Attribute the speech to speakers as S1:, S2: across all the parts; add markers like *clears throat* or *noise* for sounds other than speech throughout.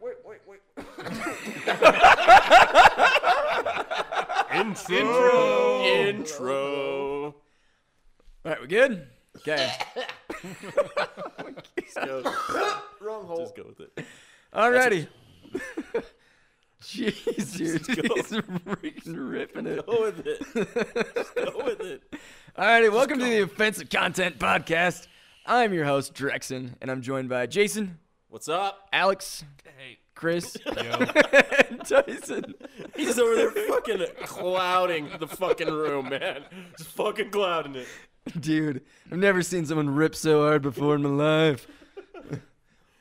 S1: Intro.
S2: *laughs* Intro. Intro. All right, we good? Okay.
S1: Just go,
S3: Wrong
S1: *laughs*
S3: hole.
S1: just go with
S2: *laughs*
S1: it.
S2: Alrighty. Jeez, dude.
S1: Just go.
S2: He's freaking ripping it.
S1: Go with it. Just go with
S2: *laughs*
S1: it.
S2: Alrighty, welcome to the Offensive Content Podcast. I'm your host, Drexen, and I'm joined by Jason,
S1: What's up?
S2: Alex,
S3: Hey.
S2: Chris, *laughs*
S3: Yo.
S2: and Tyson.
S1: He's over there fucking clouding the fucking room, man. Just fucking clouding it.
S2: Dude, I've never seen someone rip so hard before in my life.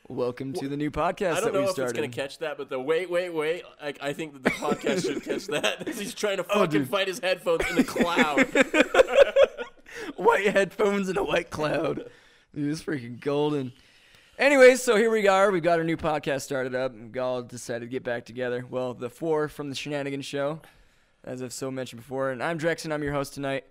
S2: Welcome to the new podcast
S1: I don't
S2: that we
S1: know if
S2: started.
S1: it's gonna catch that, but the wait, wait, wait. Like I think that the podcast should catch that. *laughs* He's trying to
S4: Oh,
S1: fucking
S2: dude.
S1: fight his headphones in the
S4: *laughs*
S1: cloud.
S2: white headphones and a white cloud. Dude, it's freaking golden. Anyways, so here we are. We've got our new podcast started up. We all decided to get back together. Well, the four from the Shenanigans Show, as I've so mentioned before. And I'm Drexen. I'm your host tonight.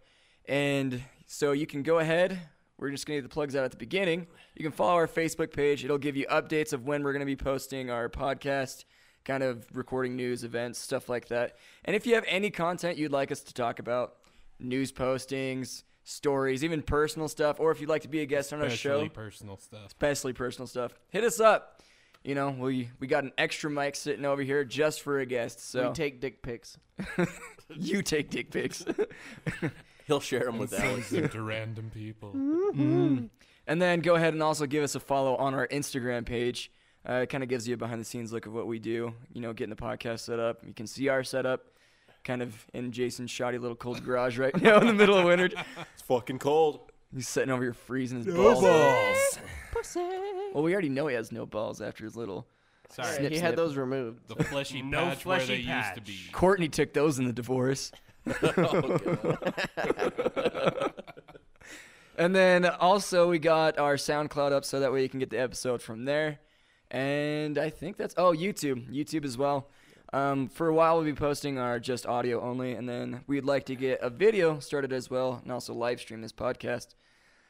S2: And so you can go ahead. We're just going to get the plugs out at the beginning. You can follow our Facebook page. It'll give you updates of when we're going to be posting our podcast, kind of recording news, events, stuff like that. And if you have any content you'd like us to talk about, news postings, stories, even personal stuff, or if you'd like to be a guest on our show,
S3: Especially personal stuff.
S2: especially personal stuff, hit us up. You know, we we got an extra mic sitting over here just for a guest. So
S4: We take dick pics.
S2: *laughs* you take dick
S4: *laughs*
S2: pics.
S1: He'll share them with Alex.
S3: Sends them to random people.
S2: And then go ahead and also give us a follow on our Instagram page. Uh, it kind of gives you a behind the scenes look of what we do, you know, getting the podcast set up. You can see our setup kind of in Jason's shoddy little cold garage right *laughs* now in the middle of winter.
S1: It's fucking cold.
S2: He's sitting over here freezing his balls.
S3: balls.
S2: Well, we already know he has no balls after his little.
S3: Sorry.
S2: Snip,
S4: he had
S2: snip.
S4: those removed.
S3: The fleshy
S5: No
S3: patch where
S5: fleshy
S3: they
S5: patch.
S3: used to be.
S2: Courtney took those in the divorce.
S1: Oh, God.
S2: *laughs* And then also we got our SoundCloud up so that way you can get the episode from there. And I think that's oh YouTube, YouTube as well. Um, for a while we'll be posting our just audio only, and then we'd like to get a video started as well, and also live stream this podcast.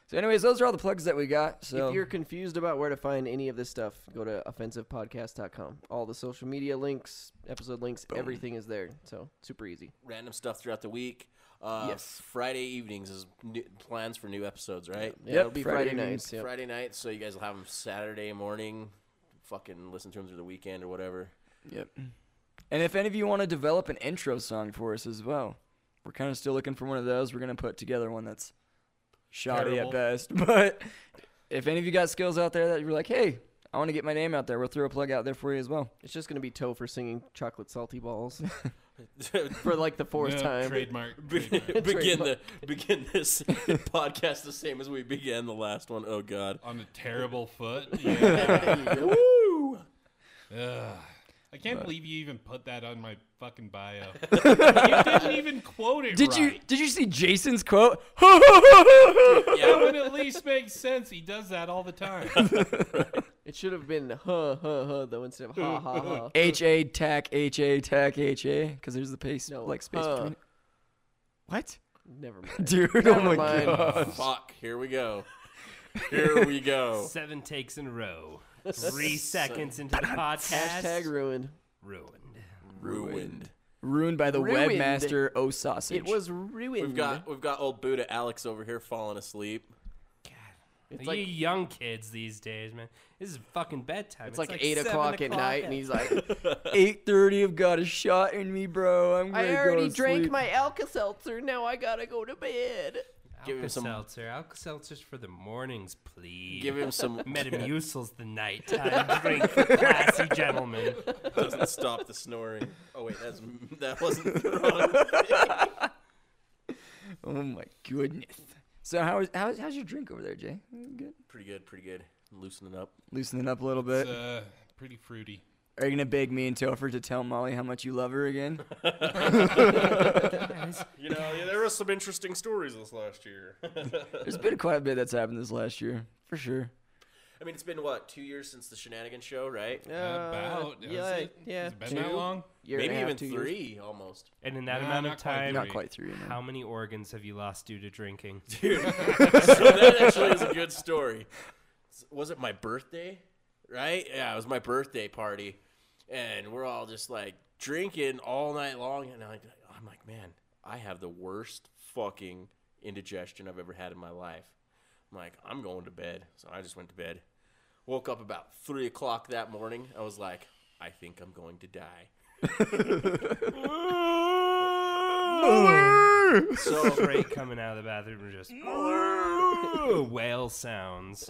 S2: So, anyways, those are all the plugs that we got. So
S4: If you're confused about where to find any of this stuff, go to offensivepodcast.com. All the social media links, episode links, everything is there. So super easy.
S1: Random stuff throughout the week. Uh,
S4: Yes.
S1: Friday evenings is new, plans for new episodes, right?
S4: Yeah,
S2: Yep,
S4: it'll be Friday,
S2: Friday
S4: nights. Yep.
S1: Friday night, so you guys will have them Saturday morning. Fucking listen to them through the weekend or whatever. *laughs*
S2: yep. And if any of you want to develop an intro song for us as well, we're kind of still looking for one of those. We're gonna put together one that's shoddy
S3: Terrible.
S2: at best, *laughs* but if any of you got skills out there that you're like, hey, I want to get my name out there, we'll throw a plug out there for you as
S4: *laughs*
S2: well.
S4: It's just gonna be Toe for singing chocolate salty balls *laughs*
S1: begin
S4: for like the fourth
S3: No,
S4: time.
S1: *laughs*
S3: Trademark. trademark.
S1: the begin this *laughs* podcast the same as we began the last one. Oh
S4: *laughs*
S1: God.
S3: On a terrible foot. Yeah.
S1: Woo!
S3: Ugh. I can't believe you even put that on my fucking bio. you didn't even quote it
S2: Did you
S3: right.
S2: did you see Jason's quote? *laughs*
S3: That
S1: Yeah,
S3: would at least make sense. He does that all the time.
S4: It should have been huh huh huh though instead of ha ha *laughs* ha.
S2: H A tack H A tack H A because there's the pace
S4: No,
S2: like space
S4: uh.
S2: between. It. What,
S4: Never
S2: *laughs*
S4: mind.
S2: dude? oh
S4: Never
S2: my
S4: mind.
S2: god!
S1: fuck. Here we
S4: *laughs*
S1: go. Here we go.
S5: Seven takes in
S4: *laughs*
S5: a row. Three seconds into the podcast.
S4: Hashtag ruined.
S5: ruined.
S1: Ruined.
S2: Ruined by the
S4: Ruined.
S2: webmaster O sausage.
S4: It was ruined.
S1: We've got we've got old Buddha Alex over here falling asleep.
S5: It's
S4: like-
S5: you young kids these days, man. This is fucking bedtime.
S4: It's like, eight o'clock at night, and *laughs* he's like,
S2: eight thirty. I've got a shot in me, bro. I'm gonna
S4: "I
S2: go
S4: already
S2: to
S4: drank
S2: sleep.
S4: my Alka Seltzer. Now I gotta go to bed."
S1: Give him some-
S5: Alka-Seltzer. Alka-Seltzer's for the mornings, please.
S1: Give him
S4: *laughs*
S1: some
S5: *laughs* Metamucil's the nighttime drink for classy gentlemen.
S1: doesn't stop the snoring. Oh wait,
S4: *laughs*
S1: that's that wasn't the wrong.
S2: Oh my goodness. So how is how's, how's your drink over there, Jay? Good.
S1: Pretty good, pretty good. Loosening up.
S2: Loosening up a little bit.
S3: It's uh, pretty fruity.
S2: Are you gonna beg me and Topher to tell Molly how much you love her again?
S1: You know, yeah, there were some interesting stories this last *laughs* year.
S2: There's been quite a bit that's happened this last year, for sure.
S1: I mean, it's been what two years since the Shenanigan show, right?
S3: About. has
S4: Uh, yeah,
S3: it?
S4: yeah,
S3: Has it been that
S4: two.
S3: long?
S4: Year and
S1: Maybe
S4: a half,
S1: even
S4: two years.
S1: three almost.
S5: And in that
S3: Nah,
S5: amount of
S3: not quite
S5: time,
S2: Not
S3: Three.
S2: quite three. No.
S5: how many organs have you lost due
S4: *laughs*
S5: to drinking?
S1: Dude, so that actually is a good story. S- Was it my birthday? Right? Yeah, it was my birthday party, and we're all just like drinking all night long, and I'm like, oh, I'm like, man, I have the worst fucking indigestion I've ever had in my life. I'm like, I'm going to bed. So I just went to bed. Woke up about three o'clock that morning. I was like, I think I'm going to die. so
S5: Straight coming out of the bathroom
S4: *laughs*
S5: and just whale sounds.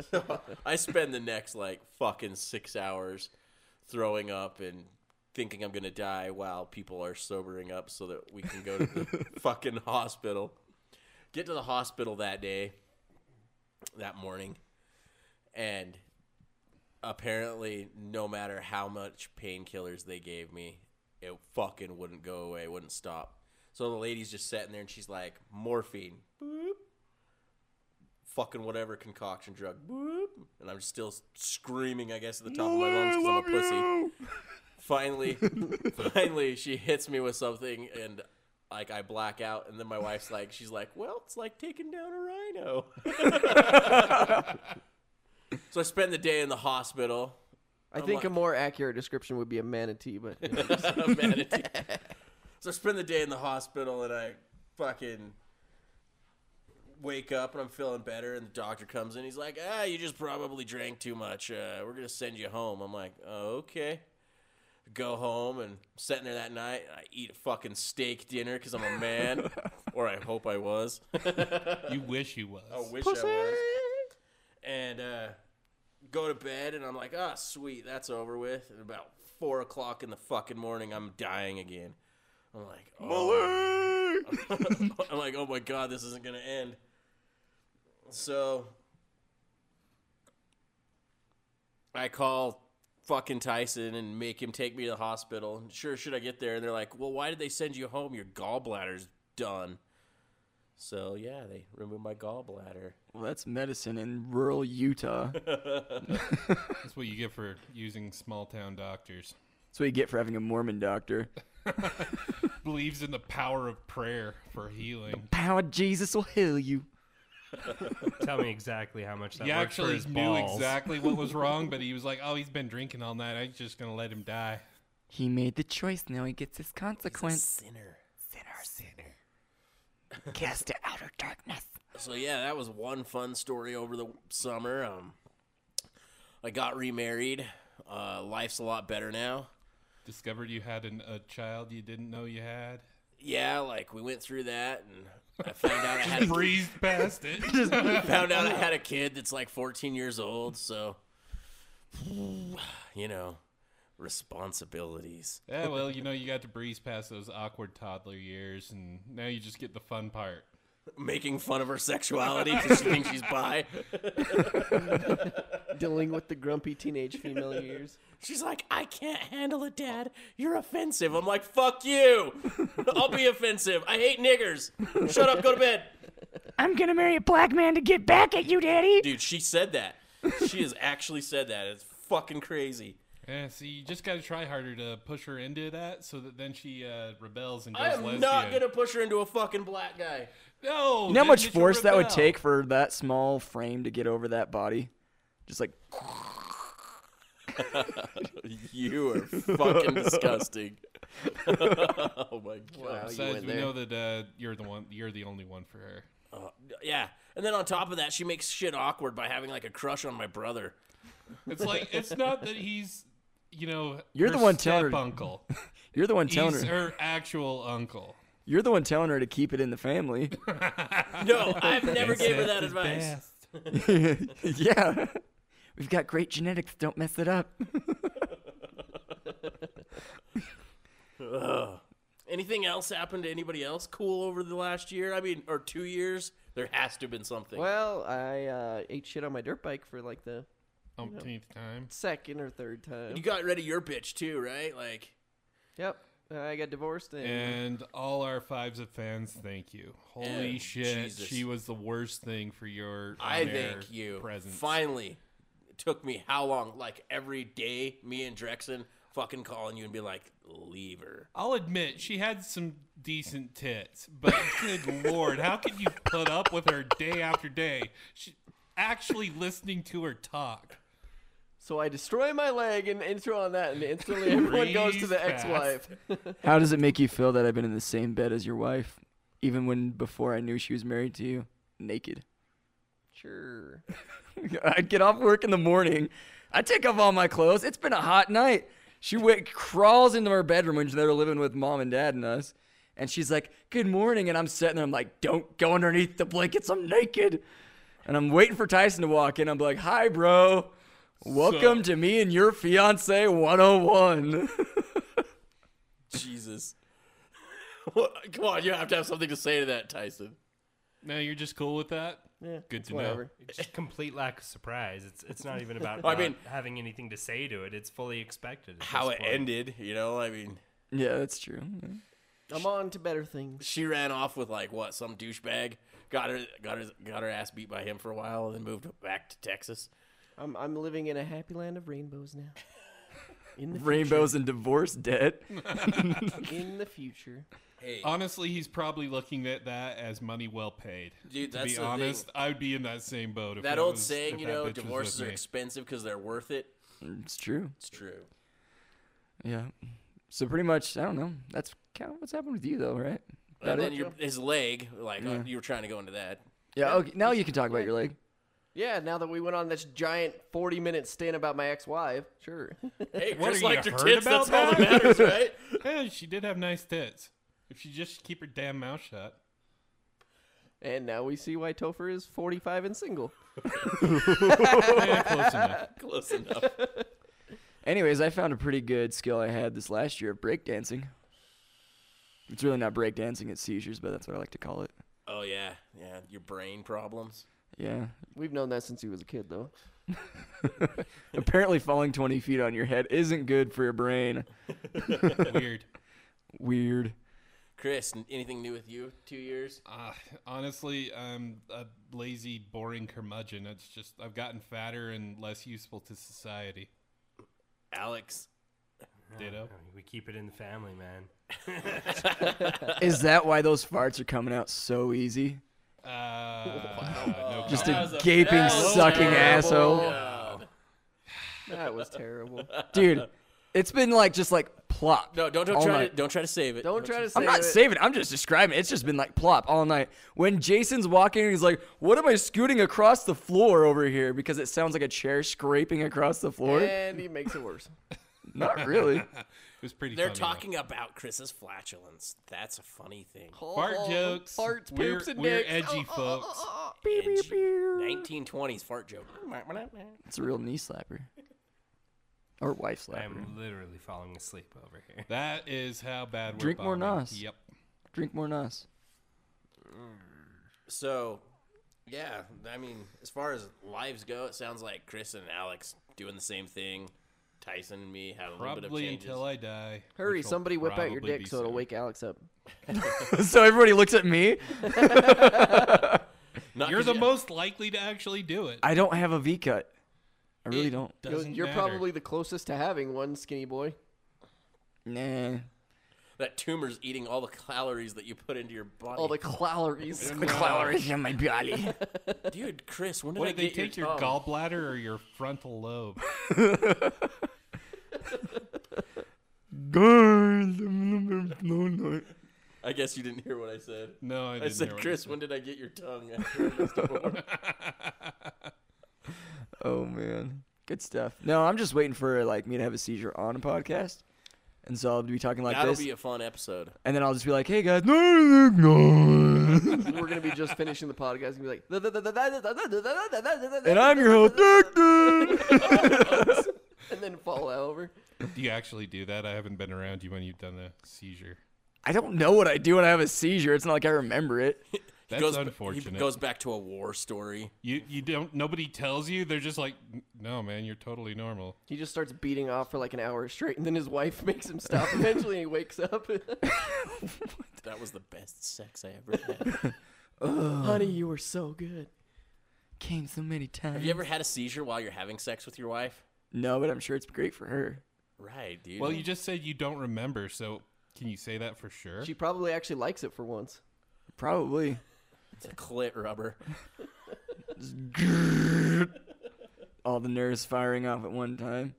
S1: *laughs* I spend the next like fucking six hours throwing up and thinking I'm gonna die while people are sobering up so that we can go to the fucking hospital. Get to the hospital that day, that morning, and apparently, no matter how much painkillers they gave me, it fucking wouldn't go away, wouldn't stop. So the lady's just sitting there and she's like, morphine, fucking whatever concoction drug. Boop. And I'm still screaming, I guess, at the top of my lungs because I'm a pussy. Finally, finally, she hits me with something, and like I black out. And then my wife's like, she's like, "Well, it's like taking down a rhino." *laughs* so I spend the day in the hospital.
S4: I think
S1: like-
S4: a more accurate description would be a manatee, *laughs* but you know,
S1: Manatee. *laughs* so I spend the day in the hospital and I fucking wake up and I'm feeling better and the doctor comes in. He's like, ah, you just probably drank too much. Uh, we're going to send you home. I'm like, oh, okay. Go home and I'm sitting there that night. and I eat a fucking steak dinner because I'm a man, or I hope I was. *laughs*
S3: You wish you was.
S1: I wish I was. And uh, go to bed, and I'm like, ah, sweet, that's over with. And about four o'clock in the fucking morning, I'm dying again. I'm like, oh. *laughs* I'm like, oh my god, this isn't gonna end. So I call fucking Tyson and make him take me to the hospital. Sure, should I get there? And they're like, well, why did they send you home? Your gallbladder's done. So yeah, they removed my gallbladder.
S2: *laughs* Well, that's medicine in rural Utah. That's
S3: That's what you get for using small town doctors.
S2: what you get for having a Mormon doctor.
S3: Believes in the power of prayer for healing.
S2: Power of Jesus will heal you.
S5: Tell me exactly how much that
S3: He
S5: worked for
S3: actually
S5: his
S3: knew
S5: balls.
S3: exactly what was wrong, but he was like, "Oh, he's been drinking all night. I'm just gonna let him die."
S2: He made the choice. Now he gets his consequence.
S1: Sinner.
S2: Cast to outer darkness.
S1: So yeah, that was one fun story over the summer. Um, I got remarried. Uh, life's a lot better now.
S3: Discovered you had an, a child you didn't know you had.
S1: Yeah, like we went through that, and I found out I had a,
S3: Breezed past it.
S1: found out I had a kid that's like 14 years old. So, you know, responsibilities.
S3: yeah, well, you know, you got to breeze past those awkward toddler years, and now you just get the fun part.
S1: Making fun of her sexuality because she thinks she's bi.
S4: dealing with the
S3: *laughs*
S4: grumpy teenage female years.
S1: She's like, I can't handle it, Dad. You're offensive. I'm like, fuck you. *laughs* I'll be offensive. I hate niggers. Shut up. Go to bed.
S2: I'm gonna marry a black man to get back at you, Daddy.
S1: Dude, she said that. She has actually said that. It's fucking crazy.
S3: Yeah, see, you just got to try harder to push her into that, so that then she uh, rebels and goes
S1: I am
S3: lesbian.
S1: not gonna push her into a fucking black guy.
S3: No,
S2: You know how
S3: then
S2: much
S3: you should
S2: force that would
S3: rebel.
S2: take for that small frame to get over that body? Just like
S1: You are fucking disgusting. oh my god.
S4: Wow, you
S3: Besides,
S4: went
S3: we
S4: there.
S3: know that uh, you're the one. You're the only one for her.
S1: Uh, yeah. And then on top of that, she makes shit awkward by having like a crush on my brother.
S3: It's like it's not that he's, you know,
S2: You're
S3: her
S2: the one telling
S3: step
S2: her-
S3: uncle.
S2: you're the one *laughs* telling
S3: He's
S2: her.
S3: her actual uncle.
S2: You're the one telling her to keep it in the *laughs* family.
S1: No, I've never gave her that
S3: His
S1: advice.
S3: best.
S2: yeah. We've got great genetics. Don't mess it up.
S1: Anything else happened to anybody else cool over the last year? I mean, or two years? There has to have been something.
S4: Well, I uh, ate shit on my dirt bike for like the
S3: Umpteenth time.
S4: second or third time.
S1: You got rid of your bitch too, right? Like,
S4: Yep, I got divorced and
S3: And all our fives of fans, thank you. Holy
S1: Yeah,
S3: shit,
S1: Jesus.
S3: she was the worst thing for your.
S1: I
S3: on-air
S1: thank you.
S3: Presence.
S1: Finally, it took me how long? Like every day, me and Drexen fucking calling you and be like, leave her.
S3: I'll admit she had some decent tits, but good *laughs* lord, how could you put up with her day after day? She, actually listening to her talk.
S4: So I destroy my leg and intro on that,
S3: *laughs*
S4: and instantly everyone goes to the
S3: Breeze
S4: ex-wife.
S2: How does it make you feel that I've been in the same bed as your wife, even when before I knew she was married to you, naked?
S4: Sure.
S2: *laughs* I'd get off work in the morning. I take off all my clothes. It's been a hot night. She went, crawls into her bedroom when they're living with mom and dad and us. And she's like, Good morning. And I'm sitting there, I'm like, Don't go underneath the blankets. I'm naked. And I'm waiting for Tyson to walk in. I'm like, Hi, bro. Welcome to me and your fiance 101.
S1: Jesus. *laughs* What- Come on, you have to have something to say to that, Tyson.
S3: No, you're just cool with that.
S4: Yeah.
S3: Good
S4: it's
S3: to
S4: whatever.
S3: know.
S5: It's just complete lack of surprise. It's it's not
S1: *laughs*
S5: even about
S1: I
S5: not
S1: mean-
S5: having anything to say to it. It's fully expected. at
S1: How
S5: this
S1: it
S5: point.
S1: ended, you know? I mean,
S2: *laughs* yeah, that's true.
S4: I'm on to better things.
S1: she ran off with like what some douchebag got her got her got her ass beat by him for a while and then moved back to texas
S4: I'm I'm living in a happy land of
S3: *laughs*
S4: rainbows now. In the
S2: Rainbows and divorce debt.
S4: future, in the future,
S1: hey
S3: Honestly, he's probably looking at that as money well paid.
S1: Dude,
S3: to
S1: that's
S3: be
S1: the
S3: honest,
S1: thing.
S3: I'd be in that same boat. If
S1: that
S3: I
S1: old
S3: was-
S1: saying
S3: if
S1: you
S3: that bitch
S1: know
S3: was
S1: divorces
S3: with
S1: are
S3: me. *laughs*
S1: expensive because they're worth it
S2: It's true.
S1: it's true
S2: Yeah. So pretty much, I don't know. That's kind of what's happened with you, though, right? That
S1: and then
S2: it?
S1: your, his leg like uh,
S2: Yeah.
S1: you were trying to go into that
S2: Yeah. Okay. Now you can talk about your leg.
S4: yeah. Now that we went on this giant 40 minute stint about my ex-wife, sure. *laughs*
S1: hey
S5: What,
S1: Chris
S5: are you
S1: liked her
S5: hurt
S1: tits
S5: about
S1: that's all that *laughs* matters right
S3: Yeah, she did have nice tits. If she just keep her damn mouth
S1: *laughs*
S3: shut.
S4: and now we see why Topher is 45 and single.
S3: Yeah, close enough.
S1: close enough
S2: Anyways, I found a pretty good skill I had this last year of breakdancing. It's really not breakdancing, it's seizures, but that's what I like to call it.
S1: oh yeah yeah your brain problems
S2: *laughs* Yeah.
S4: We've known that since he was a kid, though.
S2: Apparently, falling 20 feet on your head isn't good for your brain.
S3: Weird.
S2: *laughs* Weird.
S1: chris n- anything new with you two years
S3: Uh, honestly, I'm a lazy, boring curmudgeon. It's just I've gotten fatter and less useful to society.
S1: alex
S3: Ditto.
S5: We keep it in the family, man.
S2: Is that why those farts are coming out so easy?
S3: Uh, no
S2: Just
S3: comment.
S2: a gaping, sucking asshole.
S4: That was *laughs* terrible.
S2: Dude, it's been like just like plop.
S1: no don't, don't
S2: all
S1: try
S2: night.
S1: to, don't try to save it
S4: Don't try to say
S2: I'm not saving. it. I'm just describing. it. It's just been like plop all night. When Jason's walking, he's like, "What am I scooting across the floor over here?" Because it sounds like a chair scraping across the floor.
S4: And he makes it worse.
S2: Not
S4: *laughs*
S2: really.
S3: It was pretty.
S1: They're
S3: funny, though.
S1: talking about Chris's flatulence. That's a funny thing.
S3: fart
S4: Oh,
S3: jokes.
S4: farts,
S3: we're,
S4: poops, and
S3: we're
S4: dicks.
S3: edgy
S4: Oh, oh,
S3: folks.
S1: Edgy. 1920s fart
S2: *laughs*
S1: joke.
S2: It's a real knee slapper or wife slapper.
S5: I'm literally falling asleep over here.
S3: That is how bad we're.
S2: Drink more
S3: bombing.
S2: Nas.
S3: Yep.
S2: Drink more Nas. *laughs*
S1: So, yeah, I mean, as far as lives go, it sounds like Chris and Alex doing the same thing. Tyson and me have a little bit of
S3: Probably
S1: changes.
S3: until I die.
S4: *laughs* Hurry,
S3: which will
S4: somebody whip out your
S3: probably
S4: dick
S3: be
S4: so it'll
S3: soon.
S4: wake Alex up.
S2: so everybody looks at me.
S1: Not
S3: You're
S1: 'cause
S3: the
S1: you-
S3: most likely to actually do it.
S2: I don't have a V cut. I really
S4: Eh.
S3: It
S2: don't.
S3: Doesn't
S4: You're
S3: matter.
S4: probably the closest to having one, skinny boy.
S2: Nah.
S1: that tumor's eating all the calories that you put into your body.
S4: All the calories.
S2: The calories in my
S4: *laughs*
S2: body.
S1: *laughs* dude, Chris, when did
S3: What
S1: I
S3: did they
S1: get
S3: take your,
S1: your, tongue?
S3: gallbladder or your frontal lobe?
S2: Guys, I'm a little bit lonely.
S1: I guess you didn't hear what I said.
S3: No, I
S1: I
S3: didn't. hear
S1: said,
S3: what
S1: Chris, when did I get your tongue? *laughs* I heard
S3: *laughs*
S1: this before.
S2: Oh man, good stuff. No, I'm just waiting for like me to have a seizure on a podcast, and so I'll be talking like
S1: That'll
S2: this,
S1: be a fun episode.
S2: and then I'll just be like, "Hey guys, no, no, no."
S4: We're gonna be just finishing the podcast and be like, and
S2: and I'm your host, Dick Dick.
S4: *laughs* and then fall over.
S3: Do you actually do that? I haven't been around you when you've done a seizure.
S2: *laughs* I don't know what I do when I have a seizure. It's not like I
S1: *laughs*
S2: remember it.
S3: That's
S1: goes,
S3: unfortunate.
S1: He goes back to a war story.
S3: you you don't. Nobody tells you. They're just like, no, man, you're totally normal.
S4: He just starts beating off for like an hour straight, and then his wife *laughs* makes him stop. Eventually, he wakes up. *laughs*
S1: That was the best sex I ever
S3: *laughs*
S1: had.
S4: *sighs* Honey, you were so good.
S2: Came so many times.
S1: Have you ever had a seizure while you're having sex with your wife?
S2: No, but I'm sure it's great for her.
S1: Right, dude.
S3: Well, you just said you don't remember, so can you say that for sure?
S4: She probably actually likes it for once.
S2: Probably.
S1: It's a clit rubber.
S2: all the nerves firing off at one time.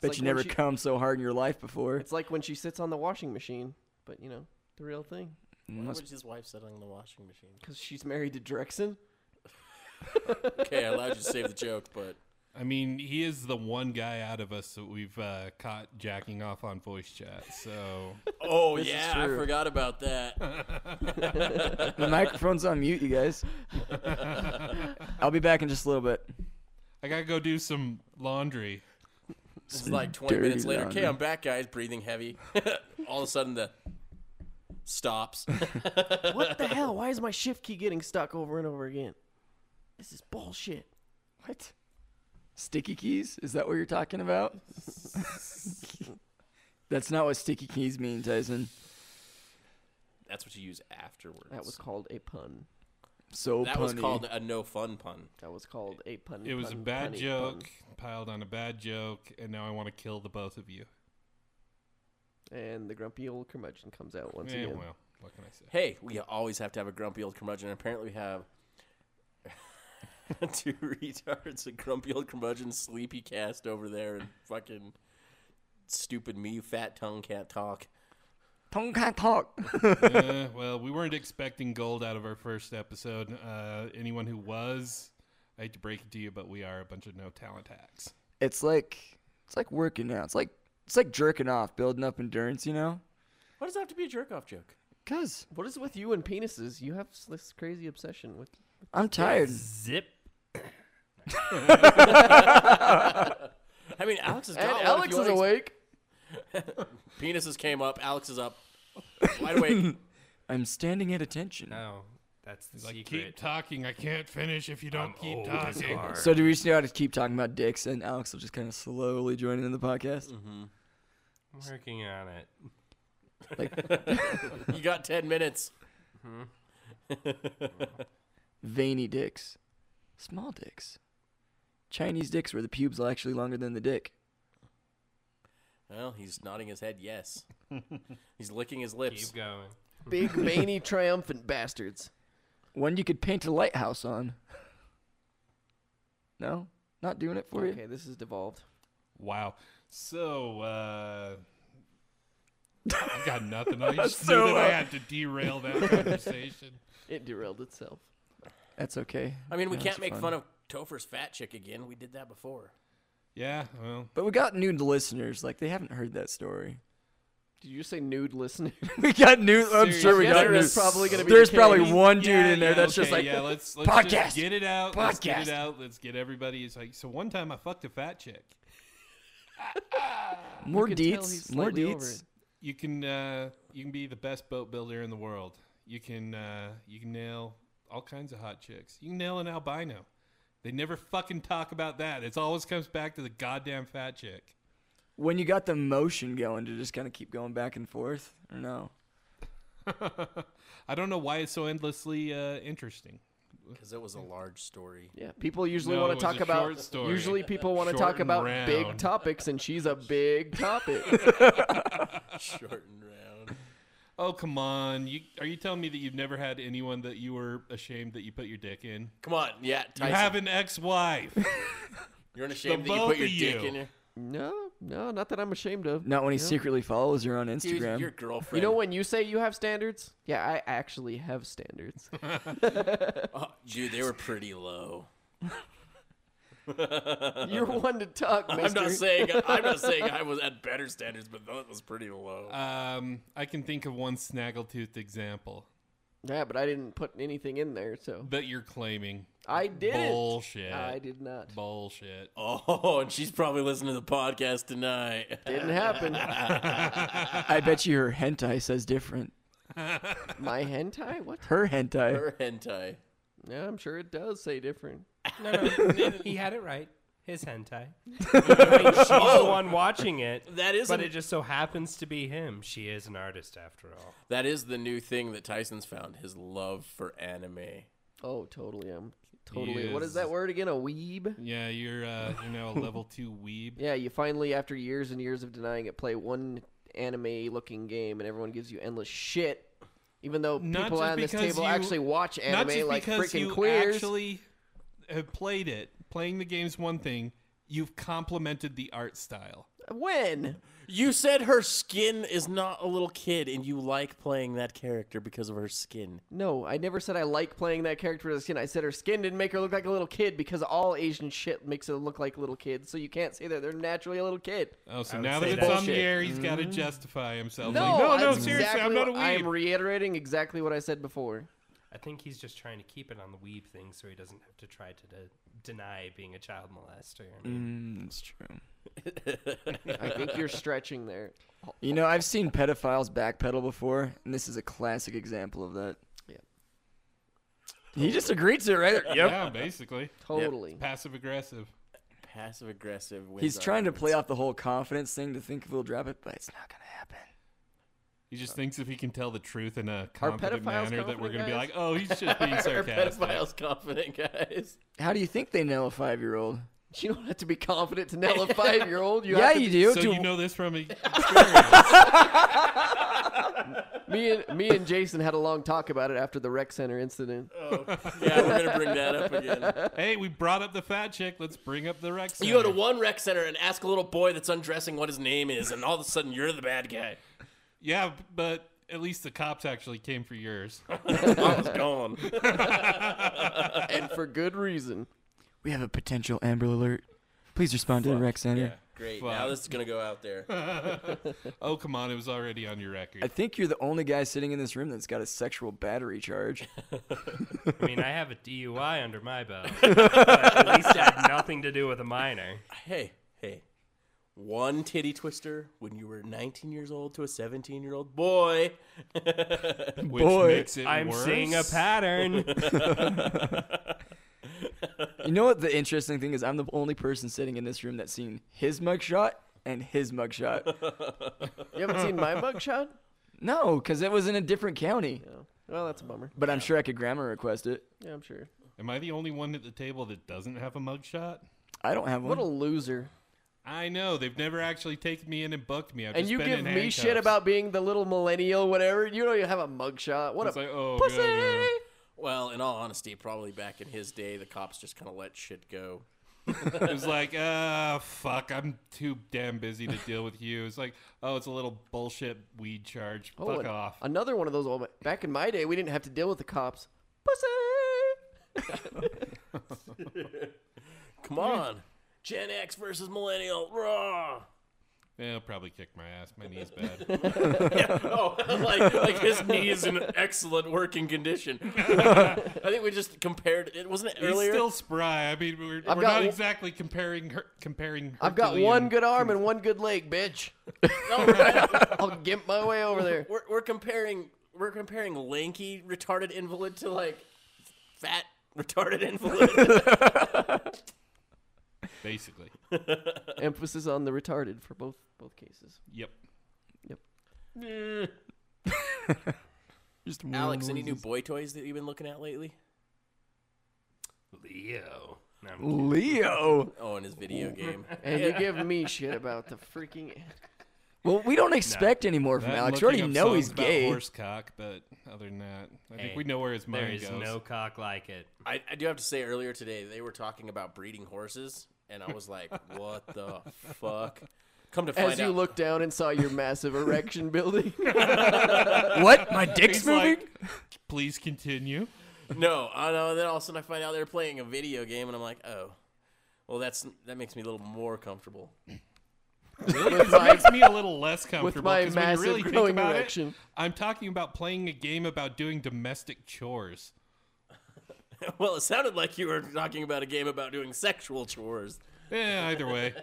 S2: Bet
S4: like
S2: you
S4: when
S2: never
S4: she-
S2: come so hard in your life before.
S4: It's like when she sits on the washing machine, but you know, the real thing.
S1: Why
S2: Must-
S1: would his wife sit on the washing machine?
S4: Because she's married to Drexen.
S1: *laughs* Okay, I allowed you to save the joke, but
S3: I mean, he is the one guy out of us that we've uh, caught jacking off on voice chat. So
S1: *laughs* oh
S2: This is
S1: yeah, I
S2: true.
S1: forgot about *laughs* that.
S2: the microphone's on mute,
S1: *laughs*
S2: you guys. I'll be back in just a little bit.
S3: I gotta go do some laundry.
S1: It's like 20 minutes
S2: Dirty
S1: later. Okay,
S2: laundry.
S1: I'm back, guys. Breathing heavy. *laughs* All of a sudden, the stops. *laughs*
S4: What the hell? Why is my shift key getting stuck over and over again? This is bullshit.
S2: What? Sticky keys? Is that what you're
S1: *laughs*
S2: talking about? That's not what sticky keys mean, Tyson.
S1: That's what you use afterwards.
S4: That was called a pun.
S2: So
S1: That was
S2: punny.
S1: called a no fun pun.
S4: That was called a pun.
S3: It was a
S4: pun,
S3: bad
S4: punny
S3: joke
S4: pun.
S3: piled on a bad joke, and now I want to kill the both of you.
S4: And the grumpy old curmudgeon comes out once
S3: Eh,
S4: again.
S3: well, what can I say?
S1: Hey, we always have to have a grumpy old curmudgeon. Apparently, we have *laughs* two retards, a grumpy old curmudgeon, sleepy cast over there, and fucking stupid me, fat tongue cat talk.
S2: Tongue can't talk.
S3: uh, well, we weren't expecting gold out of our first episode. Uh, anyone who was, I hate to break it to you, but we are a bunch of no talent hacks.
S2: *laughs* It's like it's like working out. It's like it's like jerking off, building up endurance. You know?
S1: Why does it have to be a jerk off joke?
S2: Cause
S4: What is with you and penises? You have s- this crazy obsession with.
S2: I'm tired.
S5: Zip.
S1: I mean, Alex is
S4: And Alex is awake.
S1: Penises came up. Alex is up. Wide
S4: *laughs*
S1: awake.
S2: I'm standing at attention.
S5: No, that's the
S3: He's like, keep
S5: secret.
S3: talking. I can't finish if you don't
S5: I'm
S3: keep
S5: old as
S3: talking.
S5: lard.
S2: So do we just know how to keep talking about dicks, and Alex will just kind of slowly join in the podcast?
S1: Mm-hmm.
S5: I'm working on it.
S1: you got ten minutes.
S2: Veiny dicks, small dicks, Chinese dicks where the pubes are actually longer than the dick.
S1: Well, he's nodding his head yes. he's licking his lips.
S5: Keep going.
S4: Big, *laughs* veiny, triumphant bastards.
S2: One you could paint a lighthouse on. No, not doing it for
S4: Okay, this is devolved.
S3: Wow. So, uh, I got nothing.
S5: *laughs*
S3: I just
S2: So,
S3: knew that I
S2: uh,
S3: had to derail that conversation. *laughs*
S4: It derailed itself.
S2: you. That's okay.
S1: I mean, we
S2: Yeah,
S1: can't
S2: that's
S1: make
S2: fun.
S1: fun of Topher's fat chick again. We did that before.
S3: Yeah, well,
S2: But we got new listeners. Like they haven't heard that story. *laughs*
S4: Did you say nude listener? *laughs*
S2: We got new. I'm sure we
S4: Seriously,
S2: got
S4: there
S2: new.
S4: is probably gonna be
S2: There's
S4: the
S2: probably
S4: case.
S2: one dude
S3: Yeah,
S2: in there
S3: yeah,
S2: that's just
S3: okay,
S2: like
S3: yeah. Let's, let's
S2: podcast,
S3: Just get it out. Let's get it
S2: podcast.
S3: out. Let's get everybody. It's like so. One time I fucked a fat chick.
S2: more
S4: You can tell
S2: deets,
S4: he's
S2: more
S4: slightly over
S2: deets.
S4: it.
S3: You can uh, you can be the best boat builder in the world. You can uh, you can nail all kinds of hot chicks. You can nail an albino. They never fucking talk about that. It always comes back to the goddamn fat chick.
S2: When you got the motion going to just kind of keep going back and forth, or no?
S3: I don't know why it's so endlessly uh, interesting.
S1: Because it was a large
S4: *laughs*
S1: story.
S4: Yeah, people usually
S3: No, it
S4: want
S3: was
S4: to
S3: a
S4: talk about.
S3: short story.
S4: Usually, people want to
S3: Short
S4: talk
S3: and
S4: about big
S3: round.
S4: topics, and she's a big topic.
S3: *laughs*
S1: Short and round.
S3: Oh come on! You are you telling me that you've never had anyone that you were ashamed that you put your dick in?
S1: Come on, yeah,
S3: You
S1: Tyson.
S3: have an ex-wife.
S1: You're ashamed
S3: The
S1: that you put
S3: both
S1: your
S3: of
S1: dick
S3: you.
S1: in there.
S4: no, no, not that I'm ashamed of.
S2: Not when he
S4: Yeah.
S2: secretly follows her on
S1: Dude,
S2: Instagram.
S1: your girlfriend.
S4: You know when you say you have standards? Yeah, I actually have
S1: *laughs*
S4: standards.
S1: Oh, dude, they were pretty
S4: *laughs*
S1: low.
S4: You're one to talk, mister.
S1: I'm not saying I'm not saying
S4: *laughs*
S1: I was at better standards, but that was pretty low.
S3: Um, I can think of one snaggletooth example
S4: Yeah, but I didn't put anything in there, so
S3: that you're claiming.
S4: I didn't.
S3: Bullshit.
S4: I did not.
S3: Bullshit.
S1: oh, and she's probably listening to the podcast tonight. *laughs*
S4: Didn't happen.
S2: I bet you her hentai says different.
S4: My hentai? What?
S2: Her hentai.
S1: Her *laughs* hentai.
S4: Yeah, I'm sure it does say different.
S5: No,
S1: *laughs*
S5: no, he had it right. His hentai. She's the one watching it.
S1: Oh. That is
S5: But
S1: an-
S5: it just so happens to be him. She is an artist after all.
S1: That is the new thing that Tyson's found. His love for anime.
S4: Oh, totally. I'm totally. What is
S3: Yes.
S4: that word again? A weeb?
S3: Yeah, you're uh, you're now a
S4: *laughs*
S3: level two weeb.
S4: Yeah, you finally, after years and years of denying it, play one anime-looking game, and everyone gives you endless shit. Even though
S3: Not
S4: people
S3: just
S4: on this
S3: because
S4: table
S3: you-
S4: actually watch
S3: Not
S4: anime
S3: just
S4: like
S3: because
S4: freaking
S3: you
S4: queers.
S3: actually have played it. Playing the game's one thing. You've complimented the art style.
S4: When?
S1: You said her skin is not a little kid, and you like playing that character because of her skin.
S4: No, I never said I like playing that character with a skin. I said her skin didn't make her look like a little kid because all Asian shit makes her look like a little kid. So you can't say that they're naturally a little kid.
S3: Oh, so
S5: I would
S3: now
S5: say
S3: that it's on the
S4: Bullshit. Mm-hmm.
S3: air, he's got to justify himself.
S4: No,
S3: like, no, no,
S4: that's
S3: seriously,
S4: exactly
S3: I'm not a
S4: what- I am
S3: weeb.
S4: reiterating exactly what I said before.
S5: I think he's just trying to keep it on the weeb thing so he doesn't have to try to de- deny being a child molester. I mean,
S2: Mm, that's true.
S4: I
S3: *laughs*
S4: think you're stretching there.
S2: You know, I've seen pedophiles backpedal before, and this is a classic example of that.
S4: Yeah.
S2: He just agreed to it, right? Yep.
S3: Yeah, basically.
S4: Totally.
S3: Passive aggressive.
S1: Passive aggressive.
S2: He's trying to play off the whole confidence thing to think we'll drop it, but it's not gonna happen.
S3: He just thinks if he can tell the truth in a
S4: Are
S3: confident
S4: pedophiles
S3: manner that we're
S4: confident
S3: going to be
S4: guys?
S3: like, oh, he's just
S4: *laughs*
S3: being sarcastic.
S1: pedophiles confident guys.
S2: How do you think they know a five-year-old?
S4: You don't have to be confident to nail a five year old. You
S2: yeah,
S4: have to
S2: you do.
S3: So
S2: to-
S3: you know this from
S4: *laughs*
S3: experience.
S4: Me and me and Jason had a long talk about it after the rec center incident.
S1: Yeah, we're gonna bring that up
S2: *laughs*
S1: again.
S3: hey, we brought up the fat chick. Let's bring up the Rex.
S1: You go to one rec center and ask a little boy that's undressing what his name is, and all of a sudden you're the bad guy.
S3: Yeah, but at least the cops actually came for yours.
S1: I was gone.
S4: and for good reason.
S2: we have a potential Amber Alert. Please respond to the rec center.
S1: Great.
S3: Fuck.
S1: Now this is gonna go out there.
S3: Oh, come on. It was already on your
S2: I
S3: record.
S2: think you're the only guy sitting in this room that's got a sexual battery charge.
S5: I mean, I have a DUI under my belt. but at least I had nothing to do with a minor.
S1: Hey, hey. One titty twister when you were 19 years old to a 17 year old boy.
S3: Which
S2: Boy,
S3: makes it
S5: I'm
S3: worse.
S5: seeing a pattern.
S2: you know what the interesting thing is? I'm the only person sitting in this room that's seen his mugshot and his mugshot.
S4: You haven't seen my mugshot?
S2: no, because it was in a different county.
S4: No. Well, that's a bummer.
S2: But I'm sure I could grammar request it.
S4: Yeah, I'm sure.
S3: Am I the only one at the table that doesn't have a mugshot?
S2: I don't have one.
S4: What a loser.
S3: I know. They've never actually taken me in and booked me. I've
S4: And
S3: just
S4: you
S3: been
S4: give
S3: in
S4: me shit
S3: handcuffs.
S4: about being the little millennial, whatever. You don't even have a mugshot. What
S3: It's
S4: a
S3: like, oh,
S4: pussy.
S3: God, no.
S1: well, in all honesty, probably back in his day, the cops just kind of let shit go.
S3: It was like, ah, fuck, I'm too damn busy to deal with you. It's like, oh, it's a little bullshit weed charge.
S4: Oh,
S3: fuck
S4: an-
S3: off.
S4: Another one of those old. Back in my day, we didn't have to deal with the cops. Pussy.
S1: Come on. Gen X versus Millennial. Raw.
S3: yeah, I'll probably kick my ass. My knee's bad.
S1: Oh, *laughs* like, like his knee is in excellent working condition. *laughs* I think we just compared it. Wasn't it
S3: He's
S1: earlier?
S3: still spry. I mean, we're,
S4: I've
S3: we're not
S4: got one-
S3: exactly comparing her, comparing.
S4: I've got
S3: Herculean-
S4: one good arm and one good leg, bitch.
S3: *laughs*
S1: No, we're, not.
S4: I'll gimp my way over there. *laughs*
S1: we're, we're comparing we're comparing lanky retarded invalid to like fat retarded invalid.
S3: basically.
S4: Emphasis on the retarded for both both cases.
S3: Yep.
S2: Just
S1: Alex, any new boy toys that you've been looking at lately?
S5: Leo. No, I'm kidding.
S2: Leo.
S1: *laughs* Oh, in his video game.
S4: And you give me shit about the freaking.
S2: Well, we don't expect any more from
S3: That
S2: Alex.
S3: and
S2: We already
S3: looking up
S2: know
S3: songs
S2: he's
S3: about
S2: gay.
S3: Horse cock, but other than that, I think
S5: Hey,
S3: we know where his
S5: There
S3: mind
S5: is
S3: goes.
S5: no cock like it.
S1: *laughs* I, I do have to say earlier today they were talking about breeding horses, and I was *laughs* like, "What the fuck?" Come to find
S4: As
S1: out,
S4: you looked down and saw your
S1: *laughs*
S4: massive erection building, *laughs*
S2: what? My dick's
S3: He's
S2: moving?
S3: like, please continue.
S1: no, I know. Then all of a sudden I find out they're playing a video game, and I'm like, "Oh, well, that's that makes me a little more comfortable." *laughs*
S4: with
S3: It
S4: my,
S3: makes me a little less
S4: with
S3: comfortable.
S4: my
S3: 'cause when you
S4: massive
S3: really think
S4: growing
S3: about it,
S4: erection.
S3: I'm talking about playing a game about doing domestic chores.
S1: well, it sounded like you were talking about a game about doing sexual chores.
S3: Yeah, Eh, either way.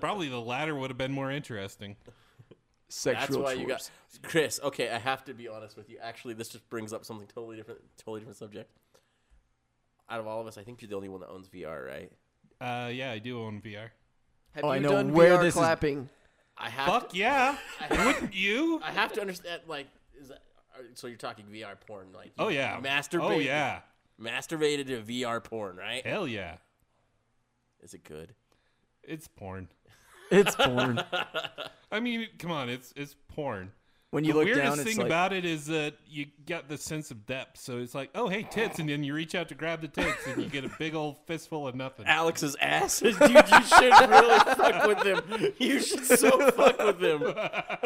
S3: Probably the latter would have been more interesting.
S1: That's
S2: Sexual
S1: why
S2: chores.
S1: you *laughs* got Chris. Okay, I have to be honest with you. Actually, this just brings up something totally different, totally different subject. Out of all of us, I think you're the only one that owns VR, right?
S3: Uh, yeah, I do own VR.
S4: Have
S2: Oh, I
S4: you
S2: know
S4: done
S2: where
S4: VR
S2: this is-
S4: clapping?
S1: I have
S3: Fuck
S1: to,
S3: yeah. Wouldn't you?
S1: I have to understand. Like, is that are- so? You're talking VR porn, like?
S3: Oh,
S1: you
S3: yeah.
S1: masturbated.
S3: Oh, yeah.
S1: masturbated to VR porn, right?
S3: Hell yeah.
S1: Is it good?
S3: It's porn. *laughs*
S2: It's porn.
S3: I mean, come on. It's it's porn.
S2: When you
S3: the
S2: look
S3: weirdest
S2: down,
S3: thing
S2: it's like
S3: about it is that you got the sense of depth. So it's like, oh hey, tits, and then you reach out to grab the tits, and you get a big old fistful
S1: *laughs*
S3: of nothing.
S1: Alex's ass. Dude, you should really fuck with him. You should so fuck with him.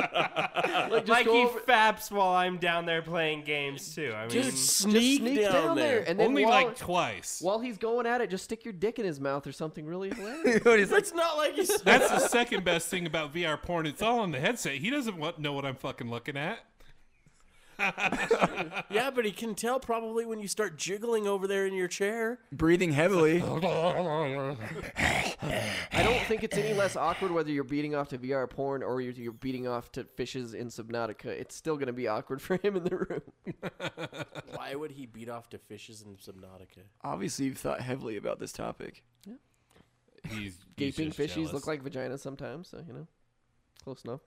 S4: Like,
S5: Like
S4: go
S5: he
S4: over-
S5: faps while I'm down there playing games too. I mean,
S1: Just
S4: just
S1: sneak,
S4: sneak
S1: down, there.
S4: and then
S3: Only
S4: while,
S3: like twice.
S4: while he's going at it, just stick your dick in his mouth or something really hilarious.
S2: *laughs* Dude, he's like,
S1: It's not like he's.
S3: That's the second best thing about VR porn. It's all on the headset. He doesn't want, know what I'm fucking looking at.
S1: Yeah, but he can tell probably when you start jiggling over there in your chair.
S2: breathing
S3: *laughs*
S2: heavily.
S3: oh.
S4: I don't think it's any less awkward whether you're beating off to VR porn or you're, you're beating off to fishes in Subnautica. It's still going to be awkward *laughs* for him in the room.
S1: Why would he beat off to fishes in Subnautica?
S2: Obviously, you've thought heavily about this topic.
S3: He's
S4: Gaping
S3: he's just
S4: fishies
S3: jealous.
S4: look like vaginas sometimes, so you know, close enough.